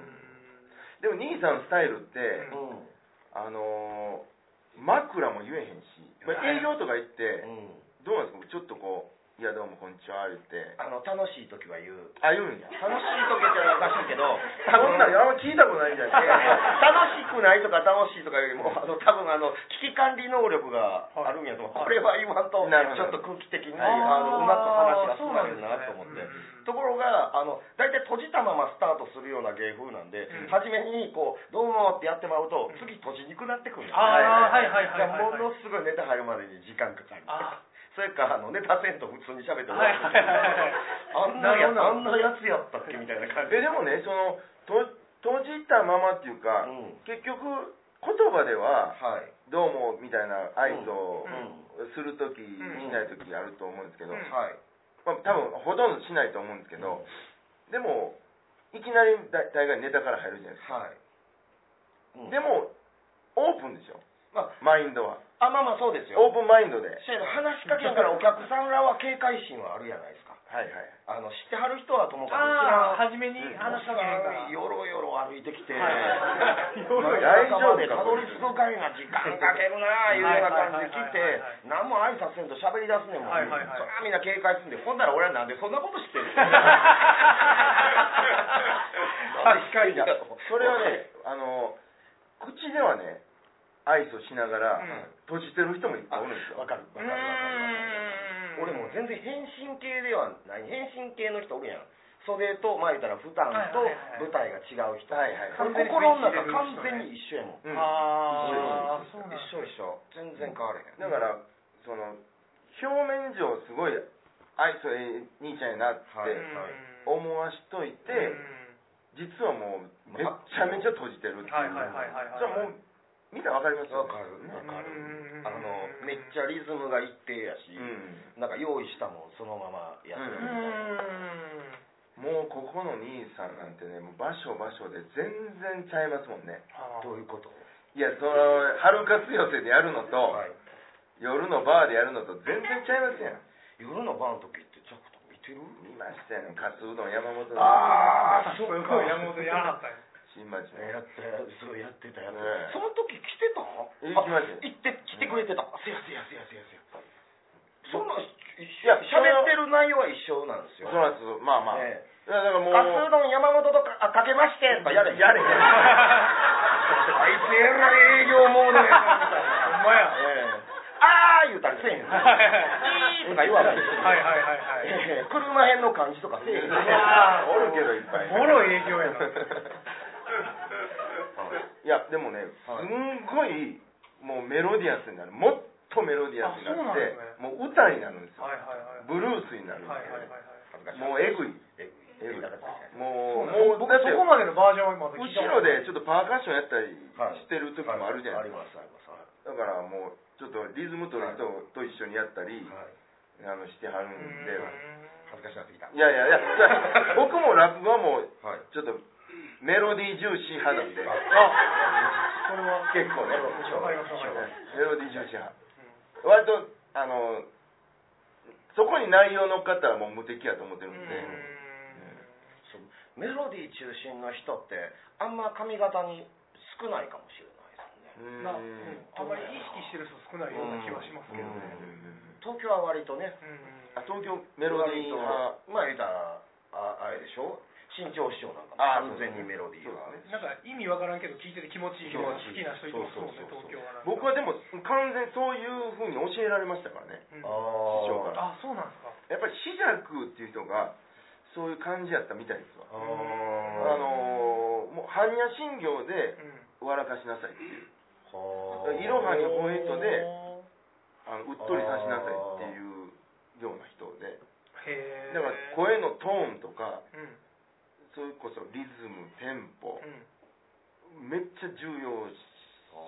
[SPEAKER 2] でも兄さんのスタイルって、
[SPEAKER 3] うん、
[SPEAKER 2] あのー枕も言えへんし、これ営業とか行って、
[SPEAKER 3] うん、
[SPEAKER 2] どうなんですかちょっとこういや、どうも、こんにちは、言って。
[SPEAKER 3] あの楽しい時は言う
[SPEAKER 2] あ、言うんや。
[SPEAKER 3] 楽しい時ってのはおかしいけど
[SPEAKER 2] あ そんなんあんま聞いたことないんじゃ
[SPEAKER 3] い
[SPEAKER 2] な
[SPEAKER 3] やいや
[SPEAKER 2] い
[SPEAKER 3] 楽しくないとか楽しいとかよりもあの多分あの危機管理能力があるんやと思う、
[SPEAKER 1] はい
[SPEAKER 3] これは言わんとちょ
[SPEAKER 2] なるほ
[SPEAKER 3] っ
[SPEAKER 2] ど
[SPEAKER 3] と空気的に
[SPEAKER 1] あー
[SPEAKER 3] あのうまく話が進まれるなと思っ
[SPEAKER 1] そう
[SPEAKER 3] て、
[SPEAKER 1] なんですね
[SPEAKER 3] ところがあの大体閉じたままスタートするような芸風なんで、
[SPEAKER 1] うん
[SPEAKER 3] 初めにこう「どうも」ってやってまうと次閉じにくなってくるんです
[SPEAKER 1] ああ、はいはいはい
[SPEAKER 3] だから
[SPEAKER 1] はい。
[SPEAKER 3] ものすごいネタ入るまでに時間かかる
[SPEAKER 1] あ
[SPEAKER 3] それかあのネタせんと普通に喋って終わるみたいなあんなやあんなやつやったっけみたいな 感じ
[SPEAKER 2] え、でもね、その、と閉じたままっていうか、
[SPEAKER 3] うん
[SPEAKER 2] 結局、言葉では、
[SPEAKER 3] はい
[SPEAKER 2] どうも、みたいな合図を
[SPEAKER 1] う
[SPEAKER 2] するとき、
[SPEAKER 1] ん
[SPEAKER 2] しないときあると思うんですけど、
[SPEAKER 1] うん
[SPEAKER 3] はい
[SPEAKER 2] まあ、多分ほとんどしないと思うんですけど、でもいきなりだ大概ネタから入るじゃないですか、
[SPEAKER 3] はい、うん
[SPEAKER 2] でもオープンでしょ
[SPEAKER 3] ま
[SPEAKER 2] マインドは
[SPEAKER 3] あ、あまあまあそうです
[SPEAKER 2] オ
[SPEAKER 3] よ
[SPEAKER 2] ープンマインドではい
[SPEAKER 3] せやな話しかけんからお客さんらは警戒心はあるやないですか
[SPEAKER 2] はい
[SPEAKER 3] あの知ってはる人はともかく
[SPEAKER 1] ああ、
[SPEAKER 3] 知らん
[SPEAKER 1] 初めに話しかけへんから。
[SPEAKER 3] よろよろ歩いてきて、
[SPEAKER 1] はい
[SPEAKER 3] 大
[SPEAKER 1] よろよろ
[SPEAKER 3] 丈夫でたどり着くかいな時間かけるなあいうような感じで来て
[SPEAKER 1] はいはいはいはい
[SPEAKER 3] 何も挨拶せんと喋り出すねんもん、
[SPEAKER 1] はいはいはい
[SPEAKER 3] そらみんな警戒すんでほんなら俺はなんでそんなことして んの
[SPEAKER 1] 確
[SPEAKER 3] かにな
[SPEAKER 2] それはねあの口ではねアイスをしながら、
[SPEAKER 1] うん
[SPEAKER 2] 閉じてる人もいっぱいおるんですよ
[SPEAKER 3] わかるわかるわか
[SPEAKER 1] うー
[SPEAKER 3] るわか
[SPEAKER 1] ん。
[SPEAKER 3] る俺もう全然変身系ではない変身系の人おるやん袖とまあ言ったら普段と
[SPEAKER 1] はいはいはい
[SPEAKER 3] 舞台が違う人、
[SPEAKER 2] はいはい
[SPEAKER 3] これ心の中完全に一緒やもん、
[SPEAKER 2] うん
[SPEAKER 1] ああ、そうなん
[SPEAKER 3] 一緒一緒全然変われへん、
[SPEAKER 2] だからその表面上すごいアイスええ兄ちゃんやなって
[SPEAKER 3] はい
[SPEAKER 2] 思わしといて、実はもうめっちゃめちゃ閉じてるっていう、
[SPEAKER 1] はいはいはいはい
[SPEAKER 2] じゃ
[SPEAKER 1] はい
[SPEAKER 2] あもう見たらわかりますよ、
[SPEAKER 3] わかるわかる
[SPEAKER 1] うん
[SPEAKER 3] あのめっちゃリズムが一定やし、
[SPEAKER 2] う
[SPEAKER 3] なんか用意したもんそのままやって
[SPEAKER 1] うー
[SPEAKER 3] るみた
[SPEAKER 1] ん。
[SPEAKER 3] いな、
[SPEAKER 2] ん、もうここの兄さんなんてねもう場所場所で全然ちゃいますもんね
[SPEAKER 1] あ
[SPEAKER 3] どういうこと
[SPEAKER 2] いやその春活寄せでやるのと、
[SPEAKER 3] はい
[SPEAKER 2] 夜のバーでやるのと全然ちゃいますやん
[SPEAKER 3] 夜の晩の時ってちょっと見てる
[SPEAKER 2] 見ましたよカツうどん山本の
[SPEAKER 3] あ
[SPEAKER 1] そういうこと山本やらなかったんや
[SPEAKER 2] 新町の
[SPEAKER 3] やってそうやってたやってた、
[SPEAKER 2] ねえ
[SPEAKER 3] その時来てた
[SPEAKER 2] え行きましたよ
[SPEAKER 3] あ行って来てくれてた、せやせやせやせやせやそんな一
[SPEAKER 2] や
[SPEAKER 3] 緒喋ってる内容は一緒なんです
[SPEAKER 2] そ
[SPEAKER 3] よ
[SPEAKER 2] うなんですよまあまあ、
[SPEAKER 3] え
[SPEAKER 2] いやだからもう
[SPEAKER 3] カツうどん山本とかあかけましてとかやれ
[SPEAKER 2] や れへん
[SPEAKER 3] あいつえらい営業もうねみたいな
[SPEAKER 1] ほんまや
[SPEAKER 3] ええあー言うたりせえ へんいいとか言わない
[SPEAKER 1] はいはいはいはい。
[SPEAKER 3] ええ 車編の感じとかせえへ ん
[SPEAKER 2] い
[SPEAKER 1] や
[SPEAKER 2] おるけどいっぱい
[SPEAKER 1] おもろい営業やな
[SPEAKER 2] いやでもねす
[SPEAKER 3] はい
[SPEAKER 2] んごいもうメロディアスになるもっとメロディアスにな
[SPEAKER 1] あそうなん
[SPEAKER 2] っ
[SPEAKER 1] で
[SPEAKER 2] て
[SPEAKER 1] すね
[SPEAKER 2] もう歌になるんですよ
[SPEAKER 1] はいはいはい。
[SPEAKER 2] ブルースになるんです
[SPEAKER 1] はいはい
[SPEAKER 2] よ
[SPEAKER 1] は
[SPEAKER 2] ね
[SPEAKER 1] いはい。
[SPEAKER 2] もうえぐい
[SPEAKER 3] えぐ
[SPEAKER 2] え
[SPEAKER 3] い
[SPEAKER 2] ぐい
[SPEAKER 3] だから確かに
[SPEAKER 2] もうもう
[SPEAKER 1] 僕
[SPEAKER 2] だっ
[SPEAKER 1] そ
[SPEAKER 2] て
[SPEAKER 1] こまでのバージョンは今まだ
[SPEAKER 2] 後
[SPEAKER 1] 聞いた
[SPEAKER 2] ろ
[SPEAKER 1] ことない
[SPEAKER 2] でちょっとパーカッションやったり
[SPEAKER 3] はい
[SPEAKER 2] してる時もあるじゃないですか
[SPEAKER 3] ありますありますはい
[SPEAKER 2] だからもうちょっとリズム取る人と一緒にやったり
[SPEAKER 3] はい
[SPEAKER 2] あのしてはる
[SPEAKER 1] うんん
[SPEAKER 2] で
[SPEAKER 3] 恥ずかしなってきた
[SPEAKER 2] いやいやいやいや 僕も落語はもう
[SPEAKER 3] はい
[SPEAKER 2] ちょっとメロディー重視派なんで
[SPEAKER 1] これは
[SPEAKER 2] 結構ね
[SPEAKER 1] わかりますわかります
[SPEAKER 2] メロディー重視派割とあのそこに内容乗っかったらもう無敵やと思ってるんで、
[SPEAKER 3] そうメロディー中心の人ってあんま髪型に少ないかもしれないで
[SPEAKER 2] う
[SPEAKER 3] すね
[SPEAKER 1] うんんなうんあんまり意識してる人少ないような気はしますけど
[SPEAKER 2] うん
[SPEAKER 1] ね
[SPEAKER 3] 東京は割とね
[SPEAKER 2] あ
[SPEAKER 1] うん
[SPEAKER 2] 東京メロディー派
[SPEAKER 3] 割とまあ言うたらああれでしょ新潮師匠なんかも
[SPEAKER 2] あー
[SPEAKER 3] 完全にメロディーは
[SPEAKER 2] そうですね
[SPEAKER 1] なんか意味わからんけど聞いてて気持ちいいような
[SPEAKER 3] 気
[SPEAKER 1] 好
[SPEAKER 3] 持ちい
[SPEAKER 1] き
[SPEAKER 3] い
[SPEAKER 1] な人いますもんね
[SPEAKER 3] そうそうそうそう
[SPEAKER 1] 東京はなんか
[SPEAKER 2] 僕はでも完全にそういうふうに教えられましたからね
[SPEAKER 1] う
[SPEAKER 2] 師
[SPEAKER 1] ん
[SPEAKER 2] 匠
[SPEAKER 3] あ
[SPEAKER 2] から
[SPEAKER 3] あ
[SPEAKER 1] あそうなんですか
[SPEAKER 2] やっぱり四尺っていう人がそういう感じやったみたいですわ
[SPEAKER 3] あ
[SPEAKER 2] あ
[SPEAKER 3] の
[SPEAKER 2] のーもう般若心経で
[SPEAKER 1] うん
[SPEAKER 2] 笑かしなさいっていう
[SPEAKER 3] はい
[SPEAKER 2] ろはにポイントで
[SPEAKER 1] おー
[SPEAKER 2] あのうっとりさしなさいっていうような人で
[SPEAKER 1] へえ
[SPEAKER 2] だから声のトーンとか
[SPEAKER 1] うんうん
[SPEAKER 2] それこそリズムテンポめっちゃ重要視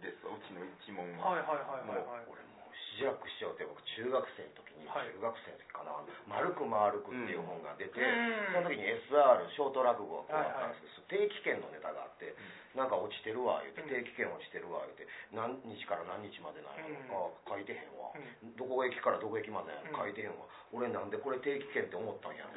[SPEAKER 2] ですわうちの一門
[SPEAKER 1] はい
[SPEAKER 2] は、
[SPEAKER 1] はいはいはいはい
[SPEAKER 3] 俺もう志らく師匠って僕中学生の時に、
[SPEAKER 1] はい
[SPEAKER 3] 中学生の時かな「丸く丸く」っていう本が出
[SPEAKER 1] う
[SPEAKER 3] て、
[SPEAKER 1] ん
[SPEAKER 3] その時に SR ショート落語がこうあったんですけど、定期券のネタがあって、なんか落ちてるわ言うて
[SPEAKER 1] うん
[SPEAKER 3] 定期券落ちてるわ言うて何日から何日までなんやろ、あ書いてへんわ、
[SPEAKER 1] う
[SPEAKER 3] どこ駅からどこ駅までなんやろ
[SPEAKER 1] うん
[SPEAKER 3] 書いてへんわ俺なんでこれ定期券って思ったんやろ、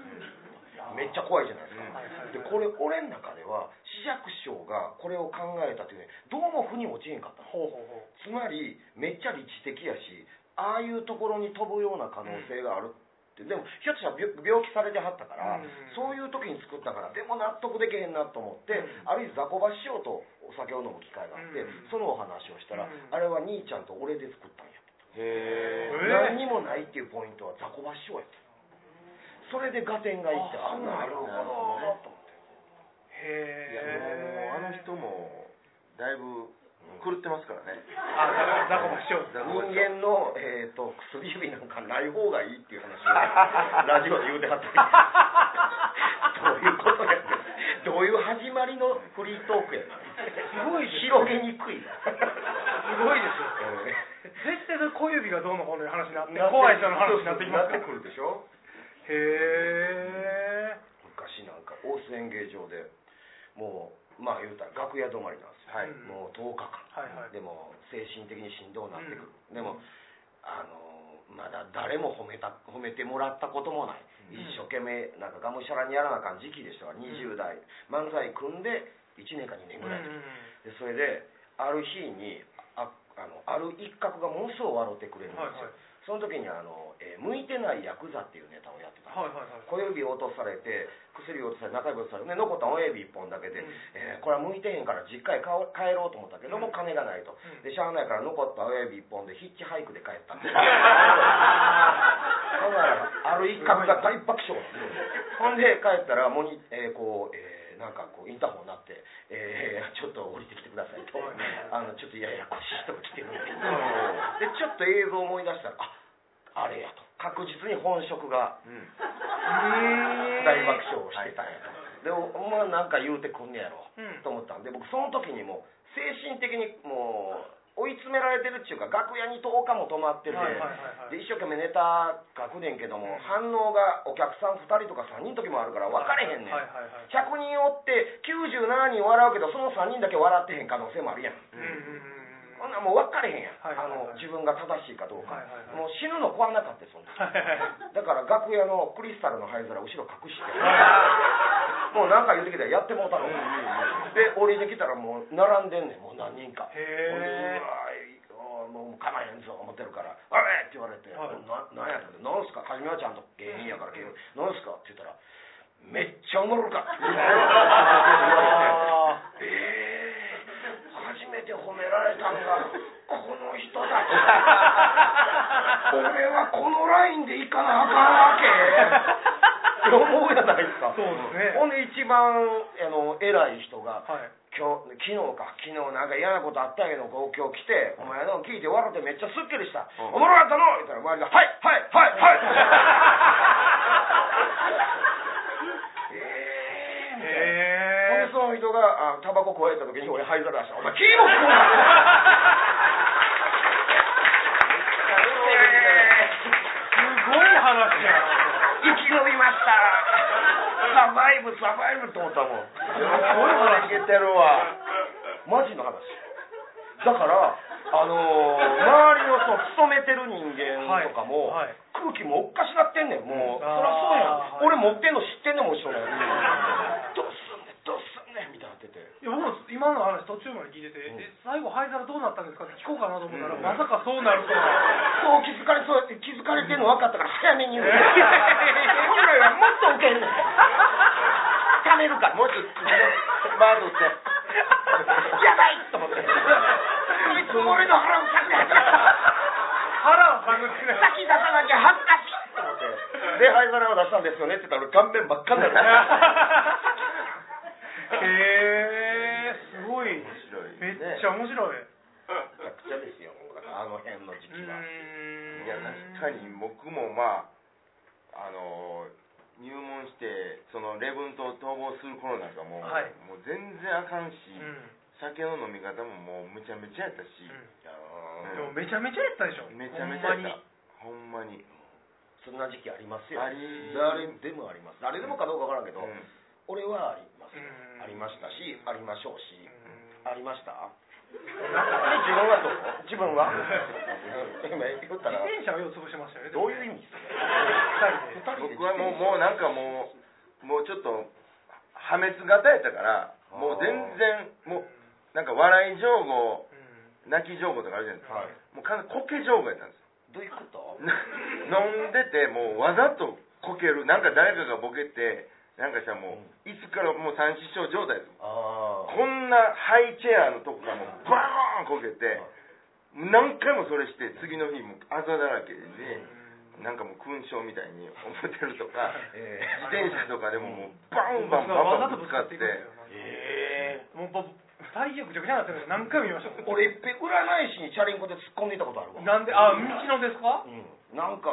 [SPEAKER 3] めっちゃ怖いじゃないですか、
[SPEAKER 2] うん
[SPEAKER 1] はいはいはい
[SPEAKER 3] でこれ俺の中では志らく師匠がこれを考えた時にどうも腑に落ちへんかったの
[SPEAKER 1] ほうほうほう
[SPEAKER 3] つまりめっちゃ理知的やしああいうところに飛ぶような可能性があるって、でもひょっとしたら病病気されてはったから、
[SPEAKER 1] うん
[SPEAKER 3] そういう時に作ったからでも納得できへんなと思って、ある意味雑魚場師匠とお酒を飲む機会があって、
[SPEAKER 1] うん
[SPEAKER 3] そのお話をした
[SPEAKER 1] う
[SPEAKER 3] ら、
[SPEAKER 1] ん
[SPEAKER 3] あれは兄ちゃんと俺で作ったんや
[SPEAKER 2] へ
[SPEAKER 1] え
[SPEAKER 3] 何にもないっていうポイントは雑魚場師匠やったそれで合点がいって
[SPEAKER 1] あ
[SPEAKER 3] あんなんあるんだ
[SPEAKER 1] なるほど
[SPEAKER 3] ろうねと思って
[SPEAKER 2] いやもうあの人もだいぶ狂ってますからね
[SPEAKER 1] あザコバ師匠
[SPEAKER 2] ザコバ
[SPEAKER 3] 人
[SPEAKER 2] 師匠
[SPEAKER 3] 間の、えー、と薬指なんかない方がいいっていう 話をラジオで言うてはったりどういうことやねんどういう始まりのフリートークやねん
[SPEAKER 1] すごいですね
[SPEAKER 3] 広げにくいす
[SPEAKER 1] ごいです絶対それ小指がどうのこうのいう話になって怖い人の話になってきますか
[SPEAKER 3] なって
[SPEAKER 1] ら
[SPEAKER 3] くるでしょ
[SPEAKER 1] へえ
[SPEAKER 3] 昔なんか大須演芸場でもうまあ言うたら楽屋止まりなんですよ、
[SPEAKER 2] はい
[SPEAKER 3] もう10日間、
[SPEAKER 1] はいはい
[SPEAKER 3] でも精神的にしんどうなってくる、でもあのまだ誰も褒めた褒めてもらったこともない、一生懸命なんかがむしゃらにやらなあかん時期でしたから20代、漫才組んで1年か2年ぐらいの時でそれである日にああのある一角がものすごい笑ってくれるんですよ、
[SPEAKER 1] はいはい
[SPEAKER 3] その時にあの、えー向いてないヤクザ」っていうネタをやってた
[SPEAKER 1] は
[SPEAKER 3] んです
[SPEAKER 1] いはいはい
[SPEAKER 3] 小指を落とされて薬を落とされ中指を落とされて残った親指1本だけ
[SPEAKER 1] う
[SPEAKER 3] で、
[SPEAKER 1] ん
[SPEAKER 3] えーこれは向いてへんから実家へ帰帰ろうと思ったけども、
[SPEAKER 1] うん
[SPEAKER 3] 金がないと、
[SPEAKER 1] ん
[SPEAKER 3] でしゃあないから残った親指1本でヒッチハイクで帰 ったんですほんならある一角が大爆笑なんですよほんで帰ったらもに、えーこう、えーなんかこうインターホンになって、えーちょっと降りてきてくださいとあのちょっとややこしい人が来てるんででちょっと映像を思い出したらああれやと確実に本職が
[SPEAKER 2] うん
[SPEAKER 3] 大爆笑をしてたんやと、でお前なんか言うてくんねやろ、
[SPEAKER 1] うん
[SPEAKER 3] と思ったんで僕その時にもう精神的にもう追い詰められてるっていうか楽屋に10日も泊まってて、
[SPEAKER 1] はいはいはいはい
[SPEAKER 3] で一生懸命ネタ書くねんけども、反応がお客さん2人とか3人の時もあるから分かれへんねん、
[SPEAKER 1] はいはいはい
[SPEAKER 3] 100人おって97人笑うけどその3人だけ笑ってへん可能性もあるやん、
[SPEAKER 1] うんうんうん
[SPEAKER 3] こんなんもう分かれへんやん、
[SPEAKER 1] はいはいはい
[SPEAKER 3] あの自分が正しいかどうか、
[SPEAKER 1] はいはいはい
[SPEAKER 3] もう死ぬの怖なかったよそんな
[SPEAKER 1] はい はいはい
[SPEAKER 3] だから楽屋のクリスタルの灰皿後ろ隠して
[SPEAKER 1] あ
[SPEAKER 3] もう何か言うてきたらやってもうたので降りてきたらもう並んでんねんもう何人か
[SPEAKER 1] へー
[SPEAKER 3] ほんでうわーいあーもう構えへんぞ思ってるから「おい!」って言われて「
[SPEAKER 1] はい
[SPEAKER 3] ななんやったっけなんすかはじめはちゃんと芸人やから芸人なんすか?」って言ったら「めっちゃおもろか った」って言われて「えー、初めて褒められたのがこの人だ った」俺はこのラインでいかなあかんわけ って思うじゃないですか
[SPEAKER 1] そうですね
[SPEAKER 3] ほんで一番あの偉い人が、
[SPEAKER 1] はい
[SPEAKER 3] 今日昨日か昨日なんか嫌なことあったんやけどこう今日来てお前の聞いて笑ってめっちゃすっきりした、
[SPEAKER 2] うん
[SPEAKER 3] おもろかったの言ったら周りが「はいはいはいはい」えー
[SPEAKER 1] へえ
[SPEAKER 3] ほんでその人があタバコ加えた時に俺灰皿出した「お前キーボード
[SPEAKER 1] すごい話やな
[SPEAKER 3] 生き延びましたサバイブサバイブ」と思ったもん
[SPEAKER 2] いけてるわ
[SPEAKER 3] マジの話だからあのー周りのその勤めてる人間とかも、
[SPEAKER 1] はいはい
[SPEAKER 3] 空気もおっかしなってんねんもう、そりゃ
[SPEAKER 1] あー
[SPEAKER 3] そうやん、俺持ってんの知ってんねんもん一緒に
[SPEAKER 1] はい
[SPEAKER 3] どうすんねんどうすんねんみたいになってて
[SPEAKER 1] いや僕も今の話途中まで聞いてて、
[SPEAKER 3] うん
[SPEAKER 1] え最後灰皿どうなったんですかって聞こうかなと思ったら、まさかそうなるとは
[SPEAKER 3] そう気づかれそうやって気づかれてんの分かったから早めに言う本来はもっとウ ケんねん貯めるからもうちょっとバードってやばいと思ってこいつも俺の腹をかくやつ
[SPEAKER 1] 腹をかぐってない
[SPEAKER 3] 先出さなきゃ恥ずかしいと思ってで灰皿を出したんですよねって言ったら俺顔面ばっかになる
[SPEAKER 1] へえすごい
[SPEAKER 2] 面白い
[SPEAKER 1] め
[SPEAKER 2] ね
[SPEAKER 1] っちゃ面白い、
[SPEAKER 3] めちゃくちゃですよあの辺の時期は
[SPEAKER 2] いや確かに僕もまああの入門してその礼文島逃亡する頃なんかもう,、
[SPEAKER 1] はい
[SPEAKER 2] もう全然あかんし、
[SPEAKER 1] うん、
[SPEAKER 2] 酒の飲み方ももうむちゃむちゃやったし、
[SPEAKER 3] いや
[SPEAKER 1] で
[SPEAKER 3] ー
[SPEAKER 1] もめちゃめちゃやったでしょ
[SPEAKER 2] めちゃめちゃ
[SPEAKER 1] ほんまに
[SPEAKER 2] やったほんまに
[SPEAKER 3] そんな時期ありますよ
[SPEAKER 2] あり
[SPEAKER 3] 誰でもあります誰でもかどうかわからんけど、
[SPEAKER 2] うん
[SPEAKER 3] 俺はありま
[SPEAKER 1] う
[SPEAKER 3] す、
[SPEAKER 1] ん
[SPEAKER 3] ありましたしありましょうし、
[SPEAKER 1] うん
[SPEAKER 3] ありました自分はどう自分は 今言った
[SPEAKER 1] 自
[SPEAKER 3] ら
[SPEAKER 1] 転車をよう潰しましたよね
[SPEAKER 3] どういう意味ですか
[SPEAKER 1] 二人で
[SPEAKER 2] 僕はもうもうなんかもうもうちょっと破滅型やったから
[SPEAKER 3] あー
[SPEAKER 2] もう全然もうなんか笑い情報
[SPEAKER 1] うん
[SPEAKER 2] 泣き情報とかあるじゃないですか、
[SPEAKER 3] はい
[SPEAKER 2] もう完全にコケ情報やったんですよ
[SPEAKER 3] どういうこと
[SPEAKER 2] な 飲んでてもうわざとこけるなんか誰かがボケてなんかしたらもういつからもう三師匠状態です
[SPEAKER 3] あ
[SPEAKER 2] こんなハイチェアのとこがもうバーンこけて何回もそれして次の日もうあざだらけでなんかもう勲章みたいに思ってると か
[SPEAKER 3] え
[SPEAKER 2] 自転車とかでももうバンバンバンバンぶつかって
[SPEAKER 3] え
[SPEAKER 1] もう僕体力じゃくちゃなってるの何回も言いました
[SPEAKER 3] ー、俺いっぺん占い師にチャリンコで突っ込んでいたことあるわ
[SPEAKER 1] なんであ道のです か
[SPEAKER 3] うんなんか、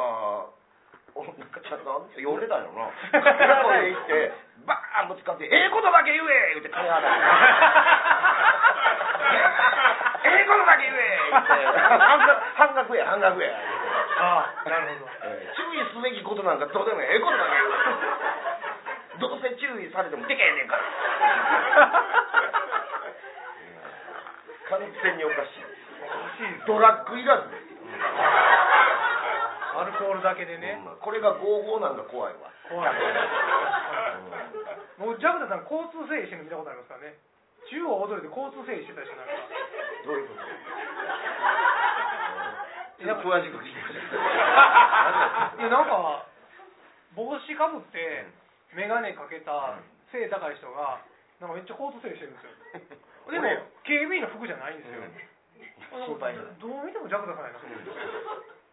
[SPEAKER 3] おなんかちゃんと呼んでたよ な。裏声行って、バーンぶつかって、ええことだけ言え言って金払 う。ええことだけ言え言って、半額半額や、半額や。
[SPEAKER 1] ああなるほど
[SPEAKER 3] えー注意すべきことなんかどうでもえええことだけ言うわどうせ注意されてもでけへんねん から完全におかしい
[SPEAKER 1] おかしいです
[SPEAKER 3] ドラッグいらずです
[SPEAKER 1] アルコールだけでね、
[SPEAKER 3] これが合法なんか怖いわ
[SPEAKER 1] 怖いもうジャクダさん交通整理してるの見たことありますからね中央踊りで交通整理してた人なんか
[SPEAKER 3] どういうこと
[SPEAKER 2] ちょっと詳しく聞きまし
[SPEAKER 1] いやなんか帽子かぶって眼鏡かけた背高い人がなんかめっちゃ交通整理してるんですよでも
[SPEAKER 2] 俺よ
[SPEAKER 1] 警備員の服じゃないんですよ、
[SPEAKER 3] 心配になる
[SPEAKER 1] どう見てもジャクダさんやなと思って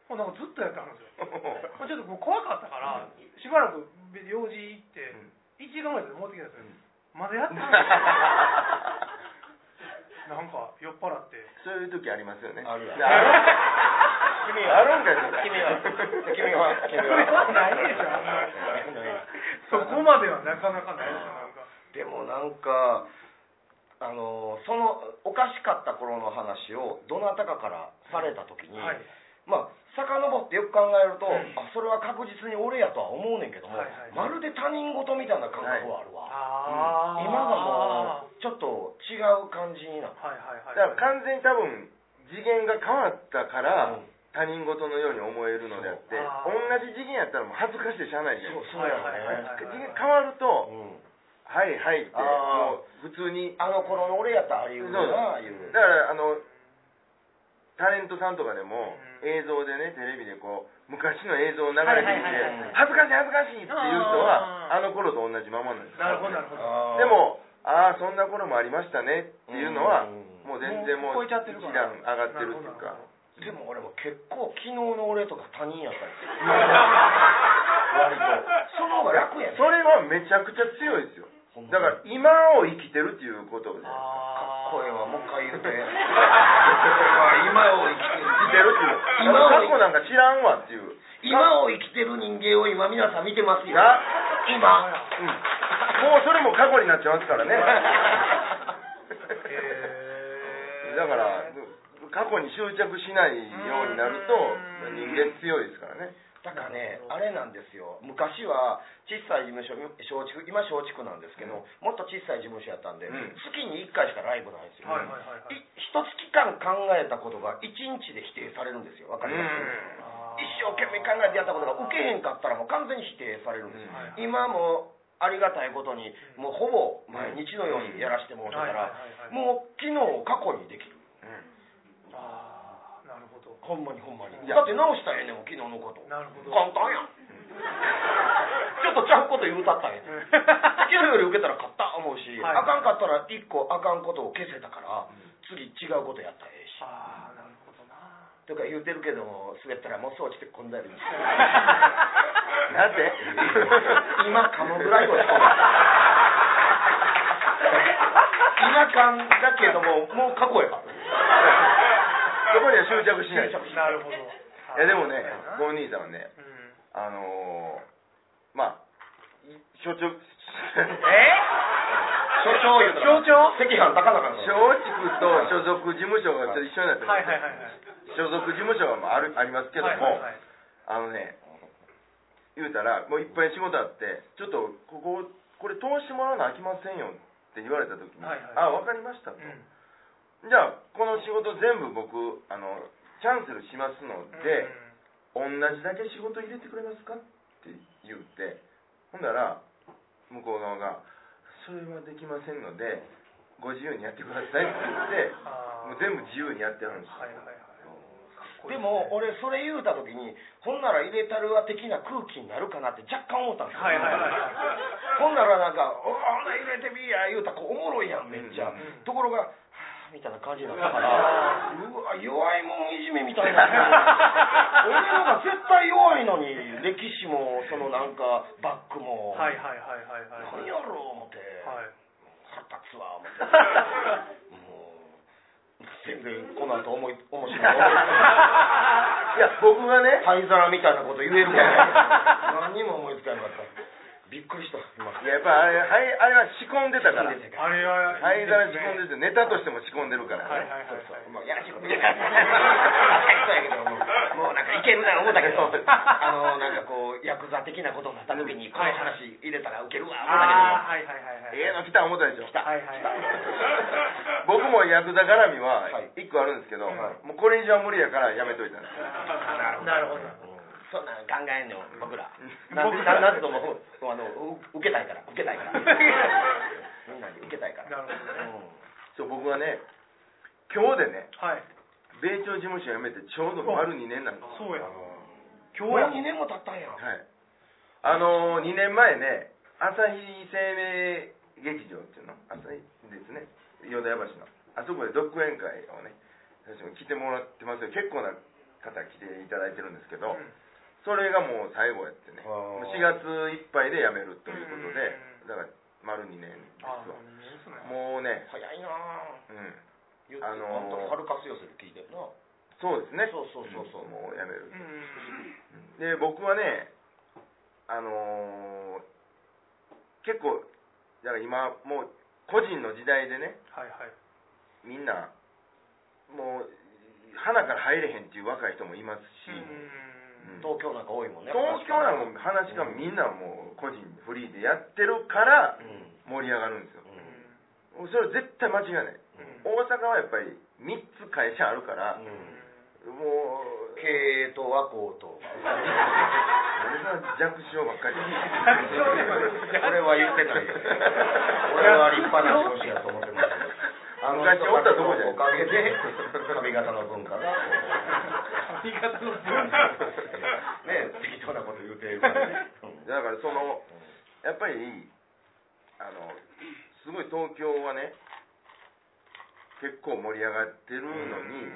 [SPEAKER 1] もうなんかずっとやってはるんですよ
[SPEAKER 2] た
[SPEAKER 1] まあちょっともう怖かったから、しばらく用事行って
[SPEAKER 2] うん、
[SPEAKER 1] 1時間ぐらいで持ってきたんですよ、まだやってな いなんか酔っ払って、
[SPEAKER 2] そういう時ありますよね
[SPEAKER 3] あるある
[SPEAKER 2] 君はあるんかよ
[SPEAKER 3] 君は君は君
[SPEAKER 1] それはないでしょ、あんまり
[SPEAKER 3] ない、
[SPEAKER 1] そこまではなかなかないでしょ、なんか、
[SPEAKER 3] でもなんかあのそのおかしかった頃の話をどなたかからされた時に、
[SPEAKER 1] はい、
[SPEAKER 3] まあ遡ってよく考えると、あそれは確実に俺やとは思うねんけども、
[SPEAKER 1] はいはい
[SPEAKER 3] まるで他人事みたいな感覚はあるわ、
[SPEAKER 1] あー、
[SPEAKER 3] 今がもうちょっと違う感じになって
[SPEAKER 1] はいはいはい、
[SPEAKER 2] だから完全に多分次元が変わったから他人事のように思えるのであって
[SPEAKER 1] そうあ
[SPEAKER 2] 同じ次元やったらもう恥ずかしいでしゃあないじゃん
[SPEAKER 3] そうそうや
[SPEAKER 1] はいはいはいはい
[SPEAKER 3] ね、
[SPEAKER 2] 次元変わると
[SPEAKER 3] うん、
[SPEAKER 2] はいはいって
[SPEAKER 3] あー
[SPEAKER 2] もう普通に
[SPEAKER 3] あの頃の俺やったらああいうなああいう
[SPEAKER 2] だからあのタレントさんとかでも
[SPEAKER 1] うん
[SPEAKER 2] 映像でねテレビでこう昔の映像を流れてき
[SPEAKER 1] はい
[SPEAKER 2] て
[SPEAKER 1] はいはいはい
[SPEAKER 2] 恥ずかしい恥ずかしいっていう人は
[SPEAKER 1] あ
[SPEAKER 2] あの頃と同じままなんです
[SPEAKER 1] なるほど、なるほど、
[SPEAKER 3] あー
[SPEAKER 2] でもああそんな頃もありましたねっていうのは
[SPEAKER 3] うん
[SPEAKER 2] もう全然も
[SPEAKER 1] も
[SPEAKER 2] う
[SPEAKER 1] う
[SPEAKER 2] 一
[SPEAKER 1] 超えちゃってるから
[SPEAKER 2] 段上がってるっていうか
[SPEAKER 3] でも俺も結構昨日の俺とか他人やったりする割とその方が楽 やね
[SPEAKER 2] それはめちゃくちゃ強いですよ
[SPEAKER 3] ほんま
[SPEAKER 2] だから今を生きてるっていうことで生き
[SPEAKER 1] あー
[SPEAKER 3] 声はもう一回言うて今を生きてる
[SPEAKER 2] てるっていう
[SPEAKER 3] 今
[SPEAKER 2] 過
[SPEAKER 3] を
[SPEAKER 2] 去なんか知らんわっていう
[SPEAKER 3] 今を生きてる人間を今皆さん見てますよ
[SPEAKER 2] な
[SPEAKER 3] 今
[SPEAKER 2] うんもうそれも過去になっちゃいますからね
[SPEAKER 1] へー
[SPEAKER 2] だから過去に執着しないようになると
[SPEAKER 1] うん
[SPEAKER 2] 人間強いですからね
[SPEAKER 3] だからねあれなんですよ昔は小さい事務所松竹今松竹なんですけど、もっと小さい事務所やったんで、
[SPEAKER 2] うん
[SPEAKER 3] 月に1回しかライブないんですよ、
[SPEAKER 1] はいはいはいはい
[SPEAKER 3] い一月間考えたことが1日で否定されるんですよわかります、
[SPEAKER 2] うん
[SPEAKER 1] あー
[SPEAKER 3] 一生懸命考えてやったことが受けへんかったらもう完全に否定されるんですよ、
[SPEAKER 1] うん
[SPEAKER 3] 今もありがたいことにもうほぼ毎日のようにやらせてもらった
[SPEAKER 1] うん
[SPEAKER 3] ら
[SPEAKER 1] はいはいはいはい
[SPEAKER 3] もう昨日を過去にできる
[SPEAKER 1] あーなるほど、
[SPEAKER 3] ほんまにほんまに
[SPEAKER 2] いや
[SPEAKER 3] だって直したらええねんもん昨日のこと
[SPEAKER 1] なるほど。
[SPEAKER 3] 簡単やん ちょっとちゃうこと言うたったんやねん昨日より受けたら勝った思うし、
[SPEAKER 1] はい
[SPEAKER 3] あかんかったら一個あかんことを消せたから次違うことやったらええし
[SPEAKER 1] ああなるほどな
[SPEAKER 3] とか言うてるけども滑ったらもうそう落ちてこんだり して
[SPEAKER 2] なんで
[SPEAKER 3] 今噛むぐらいはそう今噛んだけどももう過去やから
[SPEAKER 2] そこには執着しないい
[SPEAKER 3] 執着し
[SPEAKER 1] なるほどい
[SPEAKER 2] やでもね
[SPEAKER 1] う
[SPEAKER 2] ゴー兄さんはね
[SPEAKER 1] ん
[SPEAKER 2] あのー、まあ所長
[SPEAKER 3] 所長言うたら
[SPEAKER 1] 所長
[SPEAKER 3] 赤飯高々の
[SPEAKER 2] 松竹と所属事務所がちょっと一緒になってま
[SPEAKER 1] はい
[SPEAKER 2] す、
[SPEAKER 1] はいはいはい
[SPEAKER 2] 所属事務所はまああるありますけども、
[SPEAKER 1] はいはいはい
[SPEAKER 2] あのね言うたらもういっぱい仕事あってちょっとこここれ通してもらわなあきませんよって言われた時に「
[SPEAKER 1] はいは
[SPEAKER 2] あわ
[SPEAKER 1] い
[SPEAKER 2] かりました」と、
[SPEAKER 1] うん
[SPEAKER 2] じゃあこの仕事全部僕あのキャンセルしますので、同じだけ仕事入れてくれますかって言ってほんだら向こう側が「それはできませんのでご自由にやってください」って言って
[SPEAKER 1] あー
[SPEAKER 2] もう全部自由にやってはるんです
[SPEAKER 1] はいはいはい
[SPEAKER 2] そ
[SPEAKER 3] でも俺それ言うた時にほんなら入れたるわ的な空気になるかなって若干思ったんですよ、
[SPEAKER 1] はいはいはい
[SPEAKER 3] ほんならなんか「おほんなら入れてみいや」言うたらこうおもろいやんめっちゃ、
[SPEAKER 2] うん
[SPEAKER 1] うん
[SPEAKER 3] ところが「はぁみたいな感じになったからうわ弱いもんいじめみたい な俺の方が絶対弱いのに歴史もそのなんかバックも、
[SPEAKER 1] はいはいはいはいはい
[SPEAKER 3] 何やろう思って、
[SPEAKER 1] はい
[SPEAKER 3] 腹立つわ思ってもう全然この後思い面白い
[SPEAKER 2] いや僕がね
[SPEAKER 3] 灰皿みたいなこと言えるから、ね、何にも思いつかなかったびっくりした今
[SPEAKER 2] いややっぱあれはいあれは仕込んでたから灰
[SPEAKER 1] あれは
[SPEAKER 2] 皿仕込んでてネタとしても仕込んでるから
[SPEAKER 1] はいはい
[SPEAKER 2] ね
[SPEAKER 1] はい
[SPEAKER 3] そう
[SPEAKER 1] は
[SPEAKER 3] そ
[SPEAKER 1] い
[SPEAKER 3] うもうやらしいこと言うから若い人やけどもうもうなんかいけるな思ったけどあのなんかこうヤクザ的なことになった時にこの話入れたらウケるわ思
[SPEAKER 1] あ
[SPEAKER 3] ったけども
[SPEAKER 1] あはいはいはいはい
[SPEAKER 2] ええの来た思ったでしょ
[SPEAKER 3] 来た
[SPEAKER 1] はいはいはい
[SPEAKER 2] 僕もヤクザ絡みは
[SPEAKER 3] はい
[SPEAKER 2] 一個あるんですけど、
[SPEAKER 1] はい
[SPEAKER 2] もうこれ以上は無理やからやめといたんです
[SPEAKER 1] なるほど
[SPEAKER 3] うんそんなん考えんの僕 ら
[SPEAKER 2] うん
[SPEAKER 3] なん
[SPEAKER 1] 僕
[SPEAKER 3] で
[SPEAKER 1] ら
[SPEAKER 3] なんなんともあのう受けたいから受けたいから みんなに受けたいから
[SPEAKER 1] なるほどね
[SPEAKER 3] うん
[SPEAKER 2] そう僕はね今日でね
[SPEAKER 1] はい
[SPEAKER 2] 米朝事務所辞めてちょうど丸2年なんです
[SPEAKER 1] そうや今
[SPEAKER 3] もう2
[SPEAKER 1] 日や
[SPEAKER 3] 年も経ったんや
[SPEAKER 2] はいあのー、2年前ね朝日生命劇場っていうの朝日ですね淀屋橋のあそこで独演会をね私も来てもらってますよ結構な方来ていただいてるんですけど、
[SPEAKER 1] うん
[SPEAKER 2] それがもう最後やってね
[SPEAKER 3] あー
[SPEAKER 2] 4月いっぱいで辞めるということで
[SPEAKER 1] う
[SPEAKER 2] だから丸2年です
[SPEAKER 1] あ
[SPEAKER 2] わ
[SPEAKER 1] ー二年ですね
[SPEAKER 2] もうね
[SPEAKER 3] 早いなあ
[SPEAKER 2] うん
[SPEAKER 3] 言って
[SPEAKER 2] あ
[SPEAKER 3] あ
[SPEAKER 2] の
[SPEAKER 3] の
[SPEAKER 2] ー
[SPEAKER 3] ー、ハルカス寄せで聞いてるな
[SPEAKER 2] そうですね
[SPEAKER 3] そうそうそうそうん
[SPEAKER 2] もう辞める
[SPEAKER 1] う、ん
[SPEAKER 2] で僕はねあのー結構だから今もう個人の時代でね
[SPEAKER 1] はいはい
[SPEAKER 2] みんなもう花から入れへんっていう若い人もいますし、
[SPEAKER 1] うん
[SPEAKER 2] うん
[SPEAKER 3] 東京なんか多いもんね
[SPEAKER 2] 東京なんかもう話がみんなもう個人フリーでやってるから
[SPEAKER 3] うん
[SPEAKER 2] 盛り上がるんですよ
[SPEAKER 3] う
[SPEAKER 1] うん
[SPEAKER 3] ん
[SPEAKER 2] それは絶対間違いない
[SPEAKER 1] うん
[SPEAKER 2] 大阪はやっぱり3つ会社あるから、
[SPEAKER 3] うん
[SPEAKER 2] もう
[SPEAKER 3] 経営と和光
[SPEAKER 2] 俺
[SPEAKER 3] と
[SPEAKER 2] が弱小ばっかり
[SPEAKER 3] 俺は言ってないよ 俺は立派な上司やと思ってますあの
[SPEAKER 2] 昔おったとこじゃない
[SPEAKER 3] おかげで髪型の文化が
[SPEAKER 1] 髪型の文
[SPEAKER 3] ね適当なこと言うてるからね
[SPEAKER 2] だからそのやっぱりあのすごい東京はね結構盛り上がってるのに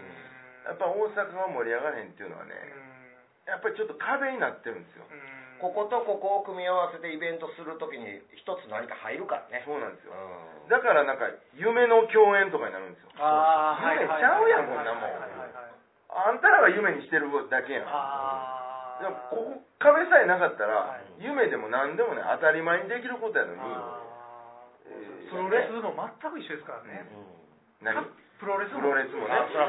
[SPEAKER 2] やっぱ大阪は盛り上がらへんっていうのはねやっぱりちょっと壁になってるんですよ
[SPEAKER 3] こことここを組み合わせてイベントするときに一つ何か入るからね
[SPEAKER 2] そうなんですよ
[SPEAKER 3] うん
[SPEAKER 2] だからなんか夢の共演とかになるんですよ
[SPEAKER 1] ああはいはいはい
[SPEAKER 2] ちゃうやんこんなもん
[SPEAKER 1] はいはいはいはい
[SPEAKER 2] あんたらが夢にしてるだけやん
[SPEAKER 1] あ
[SPEAKER 2] で
[SPEAKER 1] ー
[SPEAKER 2] もここ壁さえなかった
[SPEAKER 1] は
[SPEAKER 2] ら
[SPEAKER 1] い
[SPEAKER 2] 夢でも何でもね当たり前にできることやのに
[SPEAKER 1] あー
[SPEAKER 2] えー
[SPEAKER 1] プロレスも全く一緒ですからね、
[SPEAKER 2] 何
[SPEAKER 1] プロレスも
[SPEAKER 2] プロレスもね
[SPEAKER 1] あそう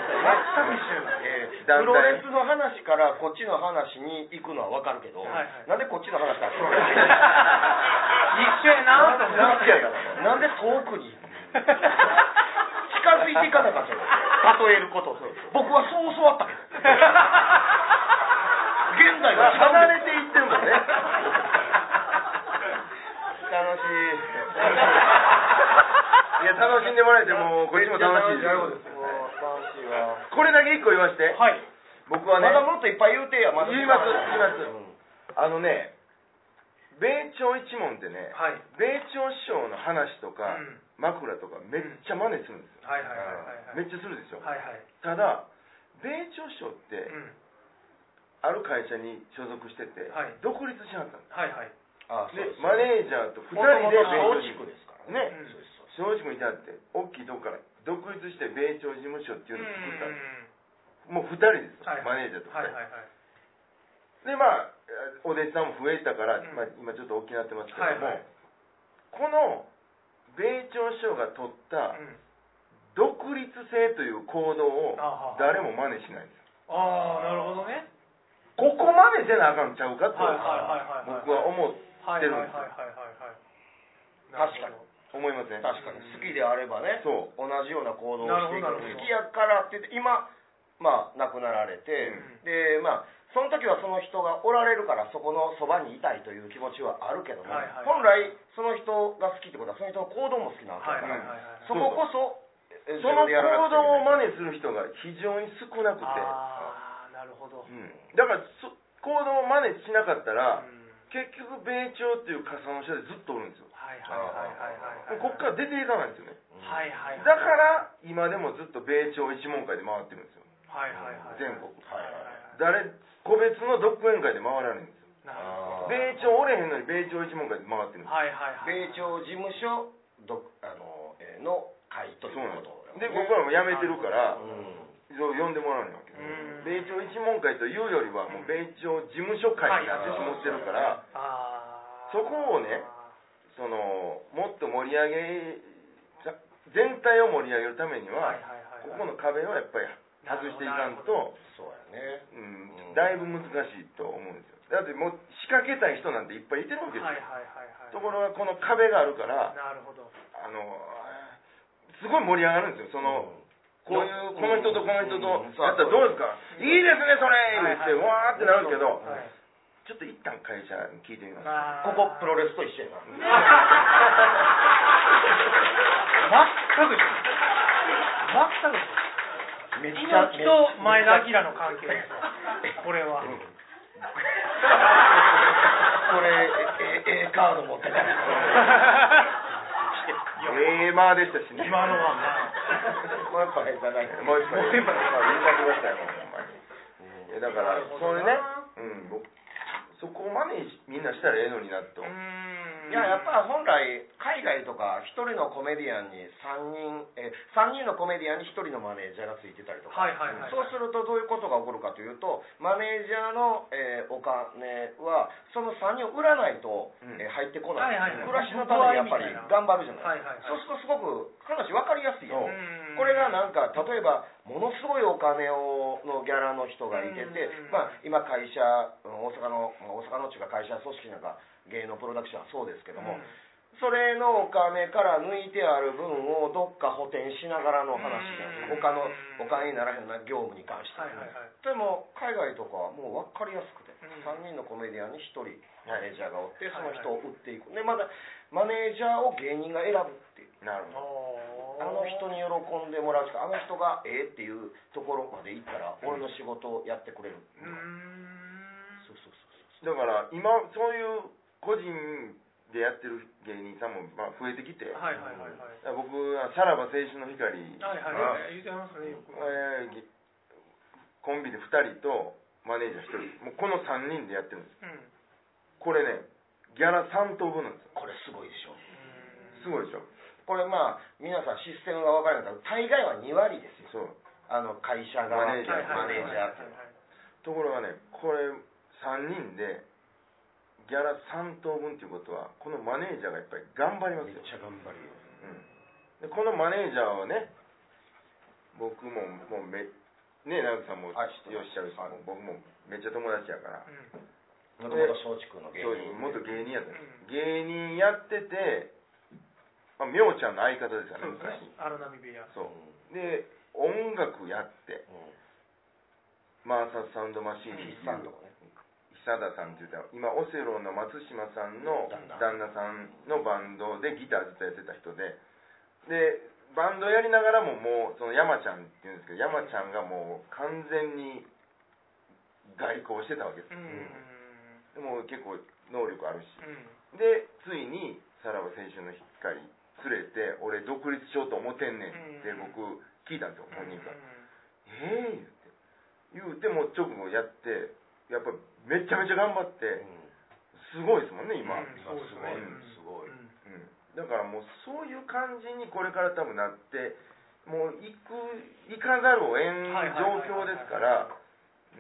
[SPEAKER 3] えープロレスの話からこっちの話に行くのは分かるけど、
[SPEAKER 1] はいはい
[SPEAKER 3] なんでこっちの話からプロレス
[SPEAKER 1] 一緒やなと思って
[SPEAKER 3] なんで遠くに近づいていかなかったの例えること僕はそう教わったけど現代は
[SPEAKER 2] 離れていってるもんねい
[SPEAKER 3] 楽しい
[SPEAKER 2] や楽しんでもらえてもうこっちも楽しいです
[SPEAKER 3] 楽しいわ
[SPEAKER 2] これだけ一個言わして、
[SPEAKER 1] はい
[SPEAKER 2] 僕 はね
[SPEAKER 3] まだもっといっぱい言うてやまだ
[SPEAKER 2] 言います言いますあのね米朝一門ってね、
[SPEAKER 1] はい
[SPEAKER 2] 米朝師匠の話とか、
[SPEAKER 1] うん
[SPEAKER 2] 枕とかめっちゃ真似するんですよ、
[SPEAKER 1] はいはいはいはい
[SPEAKER 2] めっちゃするでしょ、
[SPEAKER 1] はいはい
[SPEAKER 2] ただ米朝師匠って、
[SPEAKER 1] うん
[SPEAKER 2] ある会社に所属してて、
[SPEAKER 1] はい
[SPEAKER 2] 独立しはったんで
[SPEAKER 1] はいはい
[SPEAKER 3] あ
[SPEAKER 2] す
[SPEAKER 3] そう
[SPEAKER 2] で
[SPEAKER 3] です
[SPEAKER 2] マネージャーと2
[SPEAKER 3] もと
[SPEAKER 2] 人
[SPEAKER 3] も
[SPEAKER 2] で
[SPEAKER 3] と
[SPEAKER 2] 米
[SPEAKER 3] 松竹ですから
[SPEAKER 2] ね
[SPEAKER 1] うん
[SPEAKER 3] そうですそう
[SPEAKER 2] 松竹
[SPEAKER 3] です
[SPEAKER 2] もいたって大きいとこから独立して米朝事務所って
[SPEAKER 1] う
[SPEAKER 2] い
[SPEAKER 1] ん
[SPEAKER 2] うのを作ったんです
[SPEAKER 1] は
[SPEAKER 2] もう2人ですよ、
[SPEAKER 1] いはい
[SPEAKER 2] マネージャーと2人、
[SPEAKER 1] はいはいはい
[SPEAKER 2] でまあえーお弟子さんも増えたから、
[SPEAKER 1] うん
[SPEAKER 2] まあ、今ちょっと大きくなってますけど
[SPEAKER 1] はい
[SPEAKER 2] も、
[SPEAKER 1] はい
[SPEAKER 2] この米朝首相が取った
[SPEAKER 1] うん
[SPEAKER 2] 独立性という行動を
[SPEAKER 1] あはは
[SPEAKER 2] 誰も真似しないんですよ
[SPEAKER 1] ああなるほどね
[SPEAKER 2] ここ真似せなあかんちゃうかと
[SPEAKER 1] はいはいはいはいはい
[SPEAKER 2] 僕は思う
[SPEAKER 1] はいはいはいはいはいはい
[SPEAKER 3] 確かに
[SPEAKER 2] 思いません
[SPEAKER 3] 確かに好きであればね
[SPEAKER 2] そう
[SPEAKER 3] 同じような行動をしていく
[SPEAKER 1] なるほどなるほど
[SPEAKER 3] 好きやからって言って今まあ亡くなられて、
[SPEAKER 1] うん
[SPEAKER 3] でまあその時はその人がおられるからそこのそばにいたいという気持ちはあるけども、
[SPEAKER 1] はいはい
[SPEAKER 3] 本来その人が好きってことはその人の行動も好きなわけだから、
[SPEAKER 1] はいはいはいはい
[SPEAKER 3] そここそえ
[SPEAKER 2] その行動を
[SPEAKER 3] を
[SPEAKER 2] 真似する人が非常に少なくて
[SPEAKER 1] ああ
[SPEAKER 3] ほど、
[SPEAKER 2] うん、だからそ行動を真似しなかったら、
[SPEAKER 1] うん
[SPEAKER 2] 結局米朝っていう傘の下でずっとおるんですよ
[SPEAKER 1] はいはいはいはいはいはい
[SPEAKER 2] こっから出ていかないんですよね
[SPEAKER 1] はいはいはい
[SPEAKER 2] だから今でもずっと米朝一門会で回ってるんですよ
[SPEAKER 1] はいはいはい
[SPEAKER 2] 全国
[SPEAKER 1] はいはいはい
[SPEAKER 2] 誰個別の独演会で回らないんですよ
[SPEAKER 1] なるほど
[SPEAKER 3] あー
[SPEAKER 2] 米朝おれへんのに米朝一門会で回ってるんですよ
[SPEAKER 1] はいはいはい
[SPEAKER 3] 米朝事務所どあの、えーの会とい
[SPEAKER 2] そうなんで
[SPEAKER 3] うこと
[SPEAKER 2] すで僕らも辞めてるから
[SPEAKER 3] うん
[SPEAKER 2] そう呼んでもらわないわけです
[SPEAKER 1] うん
[SPEAKER 2] 米朝一門会というよりはもう米朝事務所会になってしまってるから
[SPEAKER 1] あー
[SPEAKER 2] そこをねそのもっと盛り上げた全体を盛り上げるために
[SPEAKER 1] はい
[SPEAKER 2] は
[SPEAKER 1] はいはいはい
[SPEAKER 2] ここの壁はやっぱり外していかんと、
[SPEAKER 3] そうやね
[SPEAKER 2] うん、だいぶ難しいと思うんですよだってもう仕掛けたい人なんていっぱいいてるわけですよ、
[SPEAKER 1] はいはいはいはい
[SPEAKER 2] ところがこの壁があるから
[SPEAKER 1] なるほど
[SPEAKER 2] あのすごい盛り上がるんですよその、こういうこの人とこの人と
[SPEAKER 3] うん
[SPEAKER 2] だったらどうですか、いいですねそれって、わーってなるけど、
[SPEAKER 1] はい
[SPEAKER 2] ちょっと一旦会社に聞いてみます、
[SPEAKER 1] あー
[SPEAKER 3] ここプロレスと一緒やな
[SPEAKER 1] 全く全く
[SPEAKER 3] めっちゃ
[SPEAKER 1] 猪木と前田明の関係ですこれは
[SPEAKER 3] これええええカード持ってたら
[SPEAKER 2] ええまあでしたしね
[SPEAKER 1] 今のは
[SPEAKER 3] もう一杯いただいて
[SPEAKER 2] もう一杯
[SPEAKER 1] もう一杯
[SPEAKER 2] まあ言いたくなったよほんまにいやだから
[SPEAKER 1] なるほ
[SPEAKER 2] そ
[SPEAKER 1] ど
[SPEAKER 2] れ
[SPEAKER 1] な
[SPEAKER 2] ね、うん、僕そこまでみんなしたらええのになと、
[SPEAKER 1] うーん
[SPEAKER 3] いややっぱ本来海外とか一人のコメディアンに三人え三人のコメディアンに一人のマネージャーがついてたりとか
[SPEAKER 1] はいはいはい
[SPEAKER 3] そうするとどういうことが起こるかというとマネージャーの、えーお金はその3人を売らないと、
[SPEAKER 2] うん
[SPEAKER 3] えー入ってこない,、
[SPEAKER 1] はいはいはい
[SPEAKER 3] 暮らしのためにやっぱり頑張るじゃない,、
[SPEAKER 1] はいはいはい
[SPEAKER 3] そうするとすごく話分かりやすいよ、
[SPEAKER 2] そう
[SPEAKER 1] うん
[SPEAKER 3] これがなんか例えばものすごいお金をのギャラの人がいて
[SPEAKER 1] う
[SPEAKER 3] て、
[SPEAKER 1] ん
[SPEAKER 3] まあ、今会社うん大阪のまあ大阪のっていうか会社組織なんか芸能プロダクションはそうですけども、
[SPEAKER 1] うん
[SPEAKER 3] それのお金から抜いてある分をどっか補填しながらの話じ
[SPEAKER 1] う
[SPEAKER 3] ゃん
[SPEAKER 1] ん
[SPEAKER 3] 他のお金にならへんな業務に関して、
[SPEAKER 1] はいはいはい
[SPEAKER 3] でも海外とかはもう分かりやすくて、
[SPEAKER 1] うん
[SPEAKER 3] 3人のコメディアンに1人マネージャーがおって、
[SPEAKER 1] はい
[SPEAKER 3] その人を売っていくでまたマネージャーを芸人が選ぶっていう
[SPEAKER 2] なるほど
[SPEAKER 1] おー
[SPEAKER 3] あの人に喜んでもらうしかあの人がええっていうところまで行ったら俺の仕事をやってくれる、
[SPEAKER 1] うーん
[SPEAKER 3] そうそうそ
[SPEAKER 2] だから今そういう個人でやってる芸人さんもまあ増えてきて、
[SPEAKER 1] はいはいはいはい
[SPEAKER 2] だから僕はさらば青春の光、
[SPEAKER 1] はいはいはい言うてますねよく
[SPEAKER 2] えーぎコンビで2人とマネージャー1人もうこの3人でやってるんです
[SPEAKER 1] うんうん
[SPEAKER 2] これねギャラ3等分なんですよ
[SPEAKER 3] うこれすごいでしょ
[SPEAKER 2] すごいでしょ
[SPEAKER 3] これまあ皆さんシステムが分からないから大概は2割ですよ
[SPEAKER 2] そう
[SPEAKER 3] あの会社側
[SPEAKER 2] マネージャー
[SPEAKER 3] マネージャーってい
[SPEAKER 2] とこ
[SPEAKER 3] うのは
[SPEAKER 2] ろがねこれ3人でギャラ3等分っていうことはこのマネージャーがやっぱり頑張ります
[SPEAKER 3] め
[SPEAKER 2] よ、
[SPEAKER 3] っちゃ頑張る
[SPEAKER 2] うん、で
[SPEAKER 3] よ
[SPEAKER 2] このマネージャーはね僕ももうめねえ直樹さんもよ
[SPEAKER 3] あ知ってます
[SPEAKER 2] しちゃうしもう僕もめっちゃ友達やから
[SPEAKER 1] う
[SPEAKER 3] もともと松竹の芸
[SPEAKER 2] そう
[SPEAKER 3] 人
[SPEAKER 2] 元芸人やったん
[SPEAKER 1] うん
[SPEAKER 2] です芸人やっててまあみょうちゃんの相方ですよね
[SPEAKER 1] んそうです
[SPEAKER 2] 昔
[SPEAKER 1] ねアロナミビア
[SPEAKER 2] そううで音楽やって
[SPEAKER 3] んうん
[SPEAKER 2] マーサスサウンドマシーン
[SPEAKER 3] 筆
[SPEAKER 2] ってい
[SPEAKER 3] 算
[SPEAKER 2] う
[SPEAKER 3] とかね
[SPEAKER 2] 久田さんって言ったら今オセロの松島さんの旦
[SPEAKER 3] 旦那
[SPEAKER 2] 那さんのバンドでギターずっとやってた人ででバンドやりながらももうその山ちゃんっていうんですけど山ちゃんがもう完全に外交してたわけです
[SPEAKER 1] うん
[SPEAKER 2] でも結構能力あるし
[SPEAKER 1] うん
[SPEAKER 2] でついにさらば青春の光連れて俺独立しようと思ってんねんって僕聞いたんですよ本人からええ言うて言うてもう直後やってやっぱめちゃめちゃ頑張って、すごいですもんね今、
[SPEAKER 1] うんそうですね
[SPEAKER 3] すごいすごい
[SPEAKER 1] うん
[SPEAKER 2] うんだからもうそういう感じにこれから多分なってもう行く行かざるを得ん
[SPEAKER 1] はいはいはいはい
[SPEAKER 2] 状況ですから